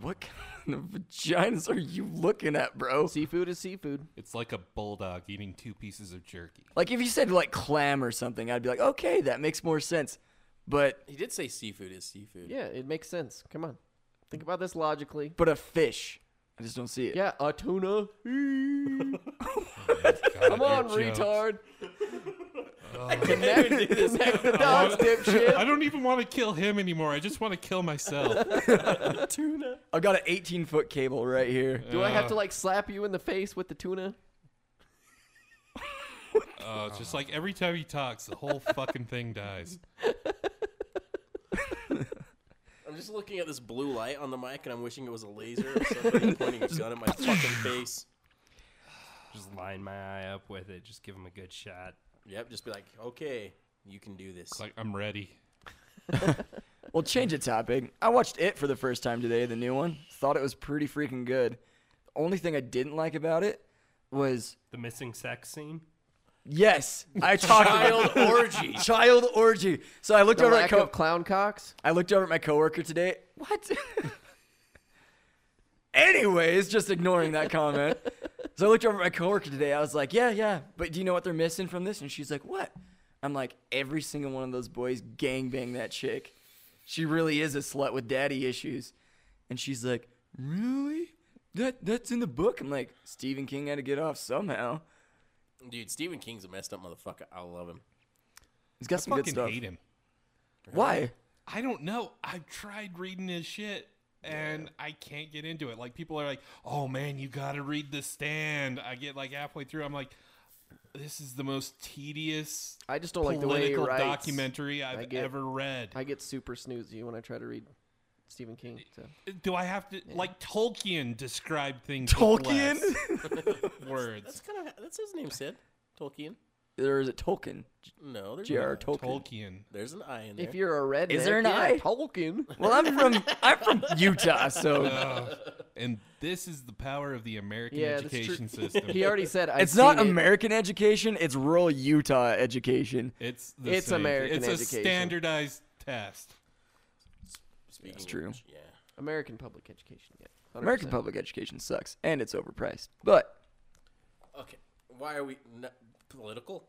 S2: What kind of vaginas are you looking at, bro?
S4: Seafood is seafood.
S3: it's like a bulldog eating two pieces of
S4: *laughs*
S3: jerky.
S2: Like if you said like clam or something, I'd be like, okay, that makes more sense. But
S1: He did say seafood is seafood.
S4: Yeah, it makes sense. Come on, think about this logically.
S2: but a fish, I just don't see it.
S4: Yeah, a tuna.
S3: Come
S4: Come on, retard.
S1: Never
S2: *laughs*
S1: do this.
S4: Connect the dots,
S3: *laughs*
S4: dipshit.
S3: I don't even want to kill him anymore. I just want to kill myself.
S1: Tuna.
S2: I've got an 18 foot cable right here.
S4: Do I have to like slap you in the face with the tuna?
S3: Oh, it's just like every time he talks, the whole fucking thing dies.
S1: I'm just looking at this blue light on the mic, and I'm wishing it was a laser or somebody pointing
S2: *laughs*
S1: a gun at my fucking face.
S5: just line my eye up with it. Just give him a good shot.
S1: Yep, just be like, okay, you can do this.
S3: It's like I'm ready.
S2: Well, change the topic. I watched it for the first time today, the new one. Thought it was pretty freaking good. The only thing I didn't like about it was
S5: The missing sex scene.
S2: yes, I
S4: *laughs*
S2: talked
S1: Child
S2: about
S1: orgy.
S2: child orgy. So I looked
S4: The
S2: over at
S4: lack
S2: co-
S4: of clown cocks.
S2: I looked over at my coworker today. What? Anyways, just ignoring that comment. So I looked over at my coworker today. I was like, "Yeah, yeah, but do you know what they're missing from this?" And she's like, "What?" I'm like, "Every single one of those boys gangbang that chick. She really is a slut with daddy issues." And she's like, "Really? That that's in the book." I'm like, "Stephen King had to get off somehow.
S1: Dude, Stephen King's a messed up motherfucker. I love him.
S2: He's got
S3: I
S2: some good
S3: fucking
S2: stuff.
S3: hate him.
S2: Why?
S3: I don't know. I've tried reading his shit and I can't get into it. Like people are like, "Oh man, you got to read The Stand." I get like halfway through, I'm like, "This is the most tedious
S4: *laughs* I just don't like the way he
S3: political
S4: writes.
S3: documentary
S4: I
S3: I've
S4: get-
S3: ever read."
S4: I get super snoozy when I try to read Stephen King. So.
S3: Do I have to like Tolkien describe things? with
S2: Tolkien?
S4: *laughs*
S3: less words.
S1: That's kind of that's his name, Sid Tolkien.
S2: Or is it Tolkien?
S1: No, there's
S2: J.R.
S1: an I.
S2: Tolkien.
S3: Tolkien.
S1: There's an I in there.
S4: If you're a redneck,
S2: Is there an
S4: yeah,
S2: eye?
S4: Tolkien. *laughs*
S2: Well, I'm from I'm from Utah, so
S3: *laughs* And this is the power of the American
S4: Yeah, that's true.
S3: education system.
S4: *laughs* He already said I've
S2: it's not
S4: seen it.
S2: American education; it's rural Utah education.
S3: It's the
S4: It's
S3: same.
S4: American
S3: It's
S4: education.
S3: a standardized test.
S1: Speaking
S2: That's
S1: of
S2: true.
S1: which, yeah.
S4: American public education. Yeah, 100%.
S2: American public education sucks, and it's overpriced. But
S1: Okay. Why are we n political?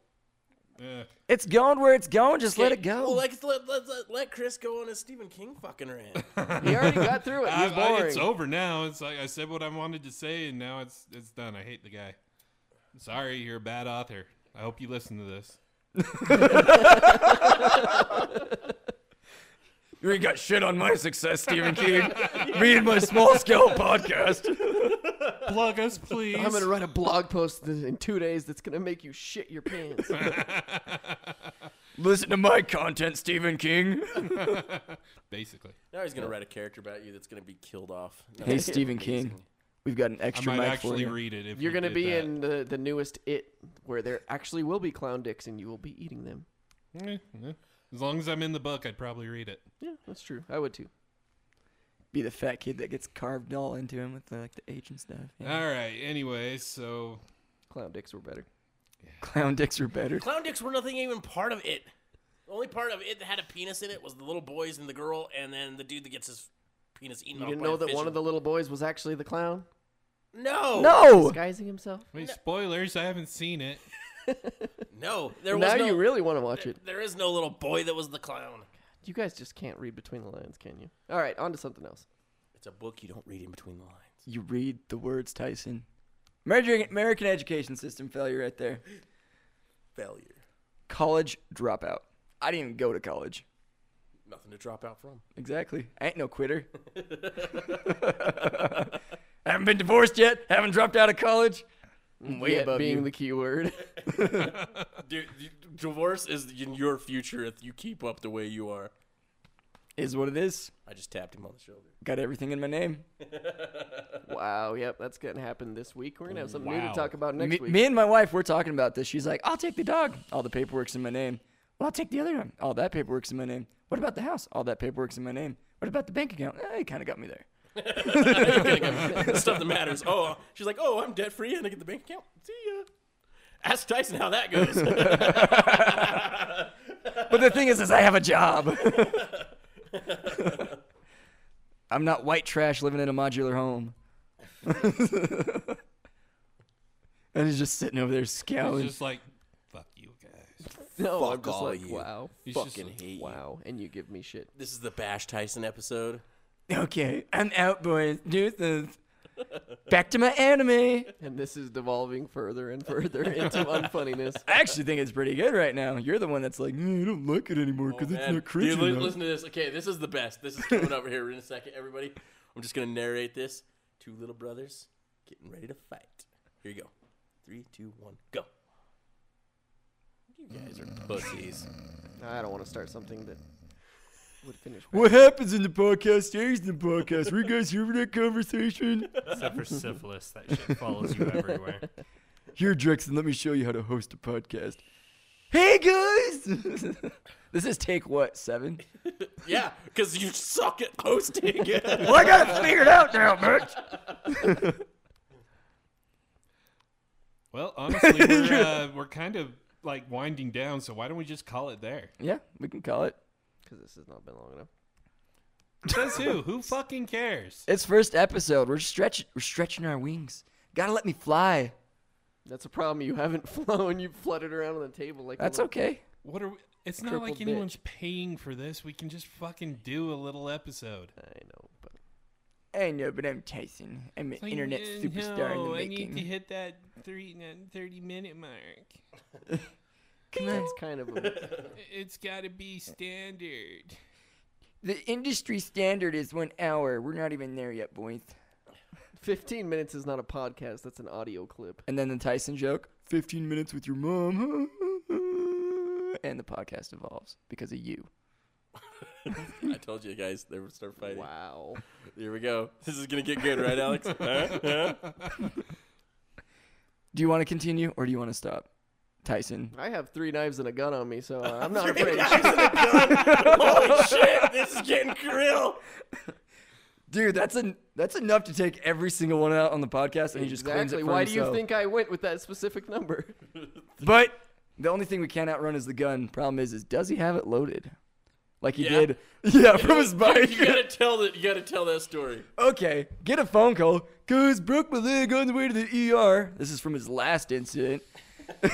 S3: Eh.
S2: it's going where it's going. Just let it
S1: Okay, Well,
S2: go.
S1: like, let, let, let, let Chris go on a Stephen King fucking rant.
S4: He already
S3: *laughs*
S4: got through *laughs* it. He was
S3: I- I-
S4: boring.
S3: it's over now. It's like I said what I wanted to say, and now it's it's done. I hate the guy. Sorry, you're a bad author. I hope you listen to this.
S2: You ain't got shit on my success, Stephen
S3: *laughs*
S2: King. Me and my small scale podcast.
S3: Plug us, please.
S4: I'm gonna write a blog post th- in two days that's gonna make you shit your pants.
S2: Listen to my content, Stephen King.
S3: Basically,
S1: now he's gonna write a character about you that's gonna be killed off. No,
S2: Hey, Stephen King, we've got an
S3: I
S2: extra
S3: might
S2: mic for
S3: actually
S2: you.
S3: read it. If
S4: You're
S3: you
S4: gonna
S3: did
S4: be
S3: that.
S4: in the, the newest It, where there actually will be clown dicks and you will be eating them.
S3: Eh, eh. As long as I'm in the book, I'd probably read it.
S4: Yeah, that's true. I would too.
S2: Be the fat kid that gets carved all into him with the, like the H and stuff. Yeah.
S3: All right. Anyway, so
S4: Clown dicks were better.
S2: Clown dicks are better.
S1: Clown dicks were nothing even part of it. The only part of it that had a penis in it was the little boys and the girl, and then the dude that gets his penis eaten
S4: You
S1: off
S4: didn't
S1: by
S4: know
S1: a
S4: that
S1: fish
S4: one of
S1: and-
S4: the little boys was actually the clown,
S1: No,
S2: No,
S4: disguising himself.
S3: wait, spoilers. I haven't seen
S4: *laughs*
S3: it.
S1: no. There was
S4: now
S1: no.
S4: you really want to watch it.
S1: there is no little boy that was the clown.
S4: You guys just can't read between the lines, can you? All right, on to something else.
S1: It's a book. You don't read in between the lines.
S2: You read the words, Tyson. American, American education system failure right there.
S1: Failure.
S2: College dropout. I didn't even go to college.
S1: Nothing to drop out from.
S2: Exactly. I ain't no quitter. haven't been divorced yet. Haven't dropped out of college. I'm way
S4: Yet
S2: above
S4: being
S2: you.
S4: the key word.
S1: *laughs* Dude, d- divorce is in your future if you keep up the way you are.
S2: is what it is.
S1: I just tapped him on the shoulder.
S2: Got everything in my name.
S4: wow. Yep. That's gonna happen this week. We're gonna have something new to
S3: Wow.
S4: talk about next
S2: me,
S4: week.
S2: me and my wife were talking about this. She's like, "I'll take the dog. All the paperwork's in my name. Well, I'll take the other one. All that paperwork's in my name. What about the house? All that paperwork's in my name. What about the bank account? Eh, kind of got me there.
S1: Stuff that matters. Oh, she's like, oh, I'm debt free and I get the bank account. See ya. Ask Tyson how that
S5: *laughs*
S1: goes.
S2: But the thing is, is I have a job. *laughs* I'm not white trash living in a modular home. *laughs* and he's just sitting over there
S3: He's
S2: scowling.
S3: just like, fuck you guys.
S4: no, I'm
S1: Fuck
S4: just
S1: all
S4: like,
S1: you.
S4: wow,
S3: He's just
S1: Fucking
S3: like,
S1: hate you.
S4: wow, and you give me shit.
S1: This is the Bash Tyson episode.
S2: okay, I'm out, boys. Deuces. Back to my anime.
S4: And this is devolving further and further *laughs* into unfunniness.
S2: I actually think it's pretty good right now. You're the one that's like, "Mm, I don't like it anymore because it's
S1: Man,
S2: not cringy
S1: Dude, li-
S2: enough."
S1: listen to this. Okay, this is the best. This is coming over here in a second, everybody. I'm just gonna narrate this. Two little brothers getting ready to fight. Here you go. Three, two, one, go. You guys are pussies.
S4: I don't want to start something that would finish.
S2: What happens in the podcast stays in the podcast. Were you guys here for that conversation?
S5: Except for syphilis, that shit follows you everywhere.
S2: Here, Drexen, let me show you how to host a podcast. Hey, guys! *laughs* this is take what, seven?
S1: Yeah, because you suck at hosting.
S2: well, I got it figured out now, bitch.
S3: Well,
S4: *laughs*
S3: honestly, we're, uh, we're kind of like winding down, so why don't we just call it there?
S2: Yeah, we can call it.
S4: Because this has not been long enough.
S3: Says
S4: *laughs*
S3: who? Who fucking cares?
S2: It's first episode. We're stretch, we're stretching our wings. Gotta let me fly.
S4: That's a problem. You haven't *laughs* flown. You fluttered around on the table like a
S2: That's
S4: little-
S2: okay.
S3: What are we? It's not
S4: Triple
S3: like anyone's paying for this. We can just fucking do a little episode.
S4: I know, but
S2: I know, but I'm Tyson. I'm an
S3: It's like,
S2: internet
S3: uh,
S2: superstar in the
S3: no, I
S2: making.
S3: need to hit that three, that 30 minute mark.
S2: Come on.
S4: that's kind of a,
S3: It's got to be standard.
S2: The industry standard is one hour. We're not even there yet, boys.
S4: fifteen minutes is not a podcast. That's an audio clip.
S2: And then the Tyson joke 15 minutes with your mom. *laughs* and the podcast evolves because of you.
S1: I told you guys they would start fighting.
S4: Wow.
S1: Here we go. This is gonna get good, right,
S2: *laughs*
S1: Alex? Huh? Huh?
S2: Do you want to continue or do you want to stop?
S1: *laughs*
S2: Tyson.
S4: I have three knives and a gun on me, so uh, I'm not afraid. Shit.
S1: Holy shit! This is getting real.
S2: Dude, that's an that's enough to take every single one out on the podcast and he just claims it
S4: Exactly.
S2: for
S4: Why do you
S2: himself.
S4: think I went with that specific number?
S2: But the only thing we can't outrun is the gun. Problem is, is does he have it loaded? Like he
S1: Yeah.
S2: did. *laughs* Yeah, from his bike.
S1: You gotta tell that. You gotta tell that story.
S2: Okay, get a phone call. Cause broke my leg on the way to the ER. This is from his last incident.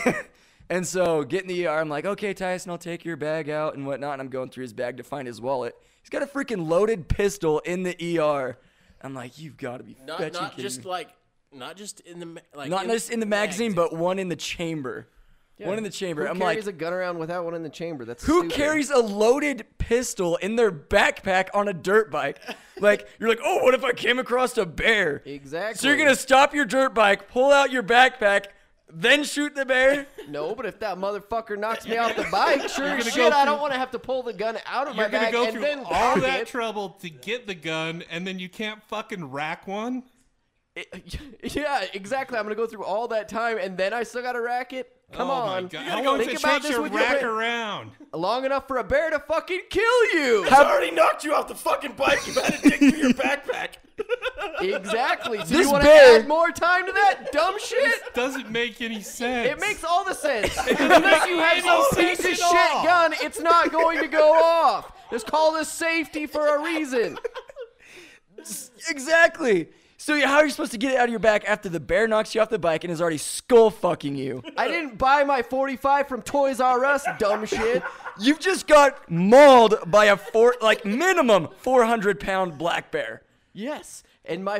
S2: *laughs* and so, get in the ER. I'm like, okay, Tyson, I'll take your bag out and whatnot. And I'm going through his bag to find his wallet. He's got a freaking loaded pistol in the ER. I'm like, you've got to be
S1: Not
S2: fetching
S1: not
S2: kidding
S1: just
S2: me."
S1: like not just in the ma- like
S2: not just in the magazine, but one in the chamber. One in the chamber.
S4: Who
S2: I'm like,
S4: carries a gun around without one in the chamber? That's
S2: Who
S4: stupid.
S2: carries a loaded pistol in their backpack on a dirt bike? *laughs* Like you're like, oh, what if I came across a bear?
S4: Exactly.
S2: So you're gonna stop your dirt bike, pull out your backpack, then shoot the
S1: *laughs*
S2: bear?
S4: No, but if that motherfucker knocks me off the bike, sure as
S3: gonna
S4: shit,
S3: go
S4: I
S3: through-
S4: don't want to have to pull the gun out of
S3: You're
S4: my
S3: going to
S4: bag
S3: go
S4: and then
S3: through all
S4: cock
S3: that
S4: it.
S3: trouble to get the gun, and then you can't fucking rack one?
S4: *laughs* yeah, exactly. I'm gonna go through all that time and then I still got to rack it. Come
S3: oh
S4: on,
S3: My God.
S4: You
S3: How
S4: gotta
S3: long
S4: think
S3: does it
S4: about
S3: take
S4: this
S3: to
S4: with your
S3: rack
S4: brain.
S3: around?
S4: long enough for a bear to fucking kill you.
S1: It's already knocked you off the fucking bike. You had to dig through your backpack.
S4: exactly. So
S2: This
S4: you want to
S2: bear-
S4: add more time to that dumb shit?
S3: Doesn't make any sense.
S4: *laughs* It makes all
S2: *laughs*
S4: the sense. Unless you have
S3: any
S4: some piece of
S3: sense
S4: shit
S3: at all.
S4: gun, it's not going to go off. It's called a safety for a reason.
S2: *laughs* Exactly. So you- how are you supposed to get it out of your back after the bear knocks you off the bike and is already skull
S1: *laughs*
S2: fucking you?
S4: I didn't buy my 45 from Toys R Us, dumb shit.
S2: You've just got mauled by a four like minimum 400 pound black bear.
S4: Yes. And my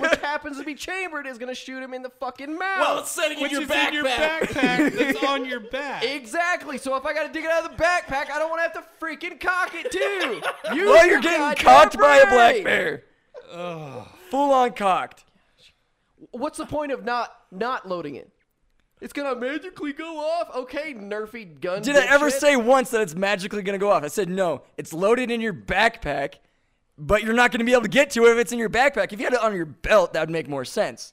S2: *laughs*
S4: which happens to be chambered, is gonna shoot him in the fucking mouth.
S1: Well, Oh, it's sitting in
S3: Which
S1: your
S3: is
S1: backpack.
S3: in your *laughs*
S4: *laughs*
S3: backpack that's on your back.
S4: Exactly. So if I got to dig it out of the backpack, I don't want to have to freaking cock it too. Use
S2: Well, Oh, you're
S4: your
S2: getting
S4: goddamn
S2: cocked by a black
S4: brain.
S2: bear.
S3: Ugh.
S2: Full on cocked.
S4: What's the point of not not loading it? It's gonna magically go off. Okay, nerfy gun.
S2: Did I ever
S4: dipshit.
S2: say once that it's magically going to go off? I said no. It's loaded in your backpack, but you're not going to be able to get to it if it's in your backpack. If you had it on your belt, that would make more sense.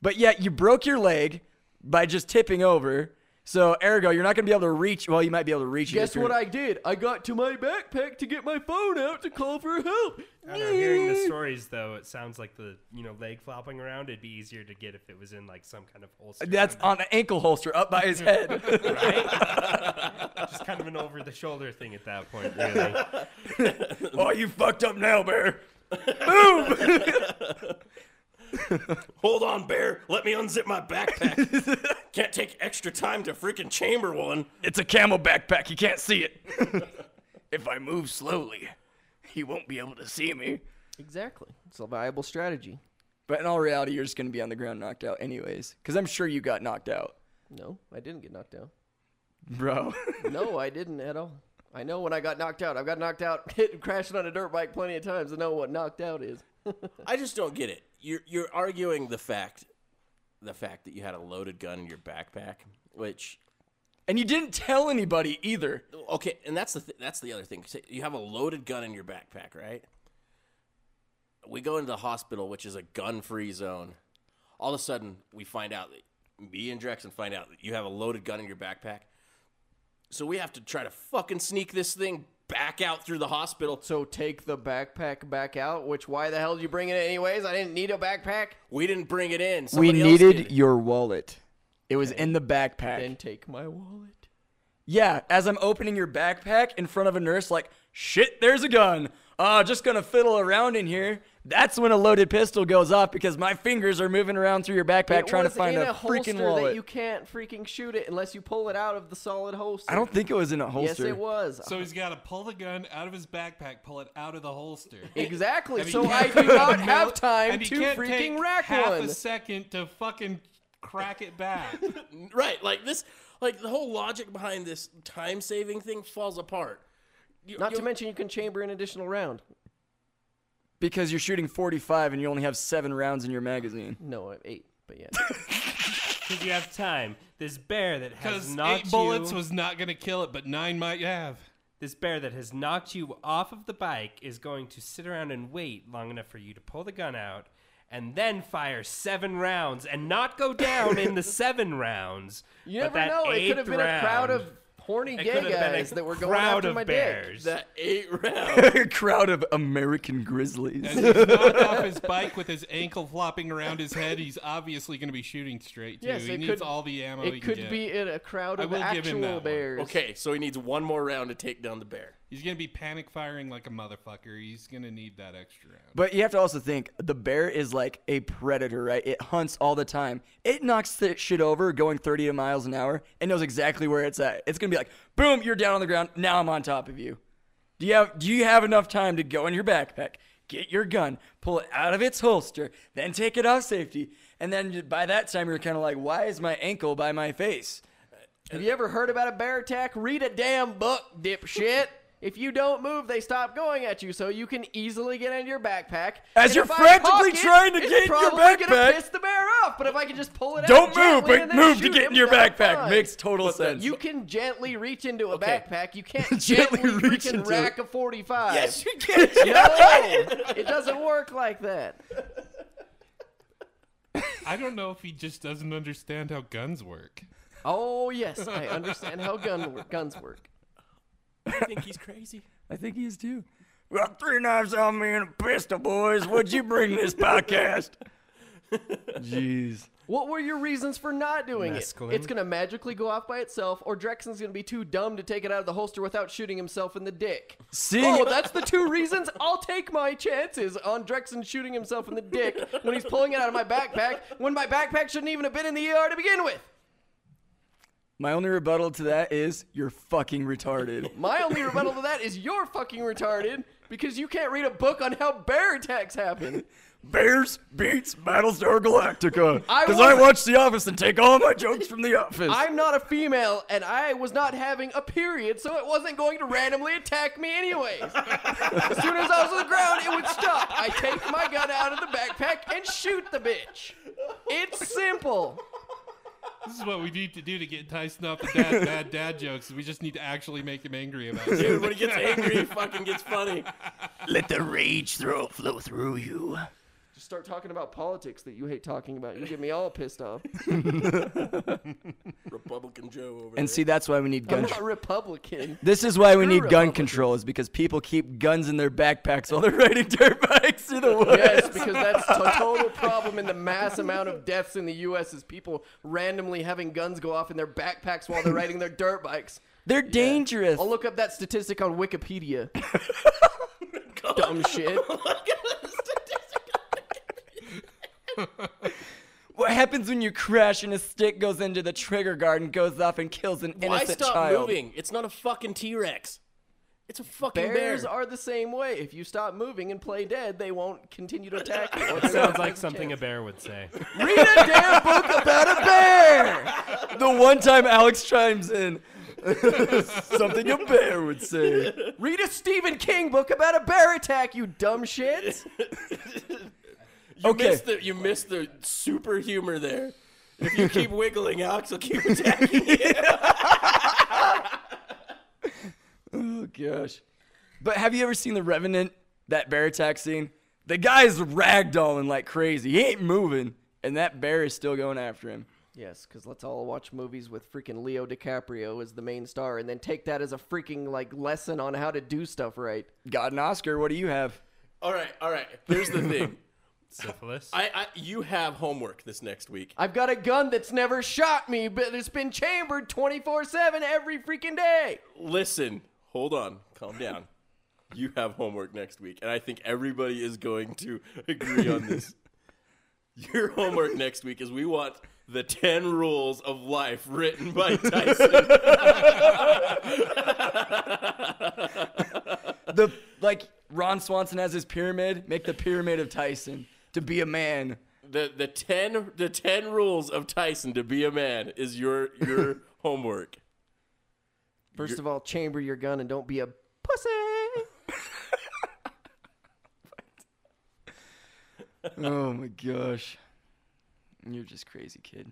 S2: But yet you broke your leg by just tipping over. So ergo, you're not going to be able to reach. Well, you might be able to reach. it if
S4: Guess
S2: you're-
S4: what I did? I got to my backpack to get my phone out to call for help.
S5: *laughs* I don't know, hearing the stories though, it sounds like the you know leg flopping around. It'd be easier to get if it was in like some kind of
S2: *laughs*
S5: holster.
S2: That's on an ankle holster up by his head.
S4: *laughs*
S1: *laughs*
S5: just kind of an over the shoulder thing at that point, really.
S2: oh, you fucked up now, bear. Boom.
S1: Hold on, bear. Let me unzip my backpack. Can't take extra time to freaking chamber one.
S2: It's a camel backpack. You can't see it. *laughs* if I move slowly, he won't be able to see me.
S4: Exactly. It's a viable strategy.
S2: But in all reality, you're just going to be on the ground knocked out, anyways. Because I'm sure you got knocked out,
S4: No, I didn't get knocked down.
S2: bro.
S4: No, I didn't at all. I know when I got knocked out. I've got knocked out *laughs* hit, crashing on a dirt bike plenty of times to know what knocked out is.
S1: I just don't get it. You're you're arguing the fact, the fact that you had a loaded gun in your backpack, which
S2: *laughs* and you didn't tell anybody either.
S1: okay, and that's the th- that's the other thing. Say You have a loaded gun in your backpack, right? We go into the hospital, which is a gun-free zone. All of a sudden, we find out that me and Drexen find out that you have a loaded gun in your backpack. So we have to try to fucking sneak this thing back out through the hospital.
S4: So take the backpack back out. Which why the hell did you bring it anyways? I didn't need a backpack.
S1: We didn't bring it in. Somebody else did.
S2: your wallet. It was in the backpack.
S4: Then take my wallet.
S2: yeah, as I'm opening your backpack in front of a nurse, like, shit, there's a gun. Uh, just gonna fiddle around in here. That's when a loaded pistol goes off because my fingers are moving around through your backpack
S4: It
S2: trying to
S4: was
S2: find
S4: in
S2: a,
S4: holster
S2: freaking wallet.
S4: That you can't freaking shoot it unless you pull it out of the solid holster.
S2: I don't think it was in a
S4: Yes,
S2: holster.
S4: it was.
S3: So he's got to pull the gun out of his backpack, pull it out of the holster.
S4: *laughs* exactly.
S3: And he
S4: So I
S3: can't
S4: do
S3: put it
S4: not
S3: in the
S4: have
S3: middle,
S4: time
S3: and he
S4: to
S3: can't
S4: freaking
S3: take
S4: rack
S3: half
S4: one.
S3: a second to fucking crack it *laughs* back.
S1: Right, like this, like the whole logic behind this time saving thing falls apart. You-
S4: Not
S1: you-
S4: to mention you can chamber an additional round.
S2: Because you're shooting 45 and you only have seven rounds in your magazine.
S4: No, I'm eight. But
S2: *laughs*
S4: yeah,
S5: Because you have time. This bear that has
S3: Because
S5: knocked
S3: eight bullets
S5: you,
S3: was not going to kill it, but nine might have.
S5: this bear that has knocked you off of the bike is going to sit around and wait long enough for you to pull the gun out and then fire seven rounds and not go
S4: *laughs*
S5: down in the seven rounds.
S4: you
S5: But
S4: never
S5: that
S4: know. It could
S5: eighth
S4: have been a crowd of
S5: round-
S4: horny
S5: it
S4: gay
S5: could have been a
S4: guys that were going
S5: crowd
S4: after
S5: of
S4: my dick.
S5: bears. *laughs*
S1: that eight *laughs* round.
S2: *laughs* crowd of American grizzlies.
S3: As he's knocked off his bike with his ankle flopping around his head, he's obviously going to be shooting straight too.
S4: Yes,
S3: he
S4: it
S3: needs
S4: could-
S3: all the ammo. he can
S4: It could
S3: get.
S4: be in a crowd
S3: I
S4: of
S3: will give him that
S4: actual
S3: one.
S4: bears.
S1: okay, so he needs one more round to take down the bear.
S3: He's going to be panic firing like a motherfucker. He's going to need that extra round.
S2: But you have to also think the bear is like a predator, right? It hunts all the time. It knocks that shit over going 30 miles an hour and knows exactly where it's at. It's gonna be like, boom, you're down on the ground. Now I'm on top of you. Do you have Do you have enough time to go in your backpack, get your gun, pull it out of its holster, then take it off safety, and then you- by that time you're kind of like, why is my ankle by my face?
S4: Have you ever heard about a bear attack? Read a damn book, dipshit. if you don't move, they stop going at you, so you can easily get into your backpack.
S2: As
S4: And
S2: you're
S4: if I
S2: frantically
S4: cock it,
S2: trying to
S4: it's
S2: get in your
S4: probably gonna
S2: backpack-
S4: piss the bear off. But if I can just pull it
S2: Don't move,
S4: out, gently
S2: but
S4: and then
S2: move to
S4: shoot
S2: get in
S4: him,
S2: your
S4: that's
S2: backpack.
S4: fine.
S2: Makes total sense.
S4: You can gently reach into a
S1: Okay.
S4: backpack. You
S2: *laughs*
S4: can't
S2: Gently
S4: gently,
S2: reach
S4: freaking
S2: into
S4: rack a 45.
S1: you
S2: *laughs*
S1: can.
S4: No, *laughs* it doesn't work like that.
S3: I don't know if he just doesn't understand how guns work.
S4: Oh yes, I understand how gun work, guns work.
S1: I think he's crazy.
S2: I think he is too. We got three knives on me and a pistol, boys. What'd you bring this podcast? *laughs* Jeez.
S4: What were your reasons for not doing
S5: Mescaline?
S4: it? It's going to magically go off by itself, or Drexen's going to be too dumb to take it out of the holster without shooting himself in the dick.
S2: Seeing
S4: Oh, that's the two reasons? I'll take my chances on Drexen shooting himself in the dick when he's pulling it out of my backpack when my backpack shouldn't even have been in the ER to begin with.
S2: my only rebuttal to that is you're fucking retarded.
S4: My only rebuttal to that is you're fucking retarded because you can't read a book on how bear attacks happen.
S2: Bears beats Battlestar Galactica
S4: I
S2: because I,
S4: wasn't-
S2: watch The Office and take all my jokes from The Office.
S4: I'm not a female, and I was not having a period, so it wasn't going to randomly attack me anyways. as soon as I was on the ground, it would stop. I take my gun out of the backpack and shoot the bitch. It's simple.
S3: This is what we need to do to get Tyson off the *laughs* dad, bad dad jokes. We just need to actually make him angry *laughs* about it.
S1: Dude, when he gets angry, he fucking gets
S4: *laughs*
S1: funny.
S2: Let the rage throw flow through you.
S4: Just start talking about politics that you hate talking about. You get me all pissed off.
S1: Republican Joe over there.
S2: And see, that's why we need
S4: I'm
S2: gun.
S4: not Republican.
S2: This is why we
S4: You're
S2: need gun
S4: Republican.
S2: control is because people keep guns in their backpacks while they're *laughs* riding dirt bikes through the woods.
S4: Yes, because that's a total problem in the mass amount of deaths in the U.S. is people randomly having guns go off in their backpacks while they're riding their dirt bikes.
S2: They're dangerous.
S4: I'll look up that statistic on
S5: *laughs*
S4: Wikipedia. *laughs* Dumb shit.
S2: What happens when you crash and a stick goes into the trigger guard and goes off and kills an
S1: Why
S2: innocent
S1: stop
S2: child?
S1: moving? It's not a fucking T Rex. It's a fucking
S4: Bears
S1: bear.
S4: are the same way. If you stop moving and play dead, they won't continue to attack you.
S5: *laughs*
S4: *laughs*
S5: Sounds like something a bear would say.
S2: Read a
S5: *laughs*
S2: damn book about a bear. The one time Alex chimes in, *laughs* something a bear would say.
S4: Read a Stephen King book about a bear attack, you dumb shit.
S1: *laughs* You
S2: Okay.
S1: missed the you missed the super humor there. If you keep wiggling, Alex will keep attacking you. *laughs*
S2: Oh gosh. But have you ever seen the Revenant? That bear attack scene. The guy's ragdolling like crazy. He ain't moving, and that bear is still going after him.
S4: Yes, because let's all watch movies with freaking Leo DiCaprio as the main star, and then take that as a freaking like lesson on how to do stuff right.
S2: Got an Oscar. What do you have?
S1: all right, all right. Here's the thing.
S5: Syphilis.
S1: I, I you have homework this next week.
S4: I've got a gun that's never shot me, but it's been chambered 24 7 every freaking day.
S1: Listen, hold on, calm down. You have homework next week, and I think everybody is going to *laughs* agree on this. Your homework next week is we want the 10 rules of life written
S2: *laughs*
S1: by Tyson.
S2: The like Ron Swanson has his pyramid. Make the pyramid of Tyson to be a man.
S1: the the 10 the 10 rules of Tyson to be a man is your
S2: *laughs*
S1: your homework.
S4: 1st of all, chamber your gun and don't be a pussy.
S2: Oh my gosh. You're just crazy, kid.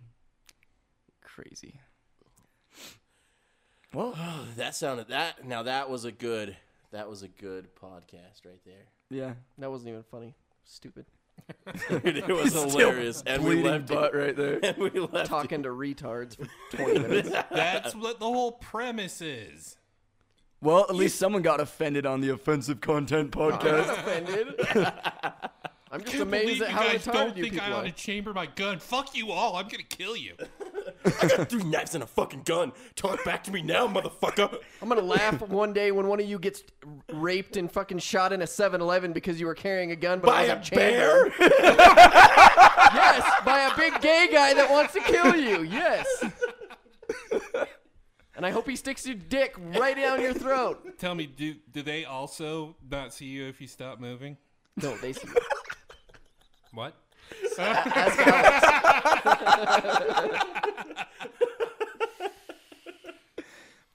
S2: Crazy. Well,
S1: *sighs* That sounded that now that was a good that was a good podcast right there.
S2: *laughs* yeah.
S4: That wasn't even funny. Stupid.
S1: Dude, it was
S2: Still
S1: hilarious, and we
S2: bleeding
S1: left
S2: butt
S1: it,
S2: right there.
S1: *laughs* and we left it. *laughs*
S4: Talking to retards
S3: *laughs*
S4: for 20 minutes.
S3: That's what the whole premise is.
S2: Well, at least someone got offended on the offensive content podcast.
S3: *laughs*
S4: offended. I'm just
S3: Can't believe
S4: amazed
S3: you
S4: at how
S3: guys
S4: retarded
S3: don't
S4: you
S3: think I
S4: people
S3: ought
S4: are.
S3: to chamber my gun. Fuck you all. I'm gonna kill you.
S1: three knives and a fucking gun. Talk back to me now, motherfucker.
S4: I'm gonna laugh
S3: *laughs*
S4: one day when one of you gets raped and fucking shot in a 7-Eleven because you were carrying a gun but
S1: By
S4: it
S1: a
S4: was chamber.
S1: bear?
S4: *laughs* Yes, by a big gay guy that wants to kill you. Yes. And I hope he sticks your dick right down your throat.
S3: Tell me, do do they also not see you if you stop moving?
S4: No, they see.
S5: what?
S4: Ask Alex.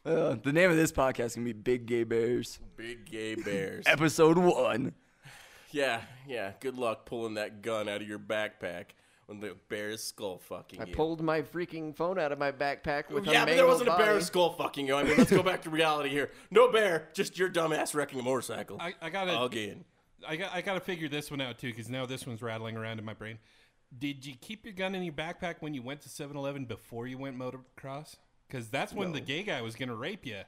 S2: Uh, the name of this podcast can be Big Gay Bears,
S1: Big gay bears.
S2: episode one.
S1: Yeah, yeah. Good luck pulling that gun out of your backpack when the bear is skull fucking
S4: I
S1: you.
S4: pulled my freaking phone out of my backpack with
S1: yeah,
S4: a
S1: but there wasn't a bear
S4: bear's.
S1: skull fucking you. I mean, let's go back to reality here. No bear, just your dumbass wrecking a motorcycle.
S3: I, I gotta
S1: Again.
S3: I got I gotta figure this one out too because now this one's rattling around in my brain. Did you keep your gun in your backpack when you went to 7-Eleven before you went motocross? Because that's when the gay guy was gonna rape you,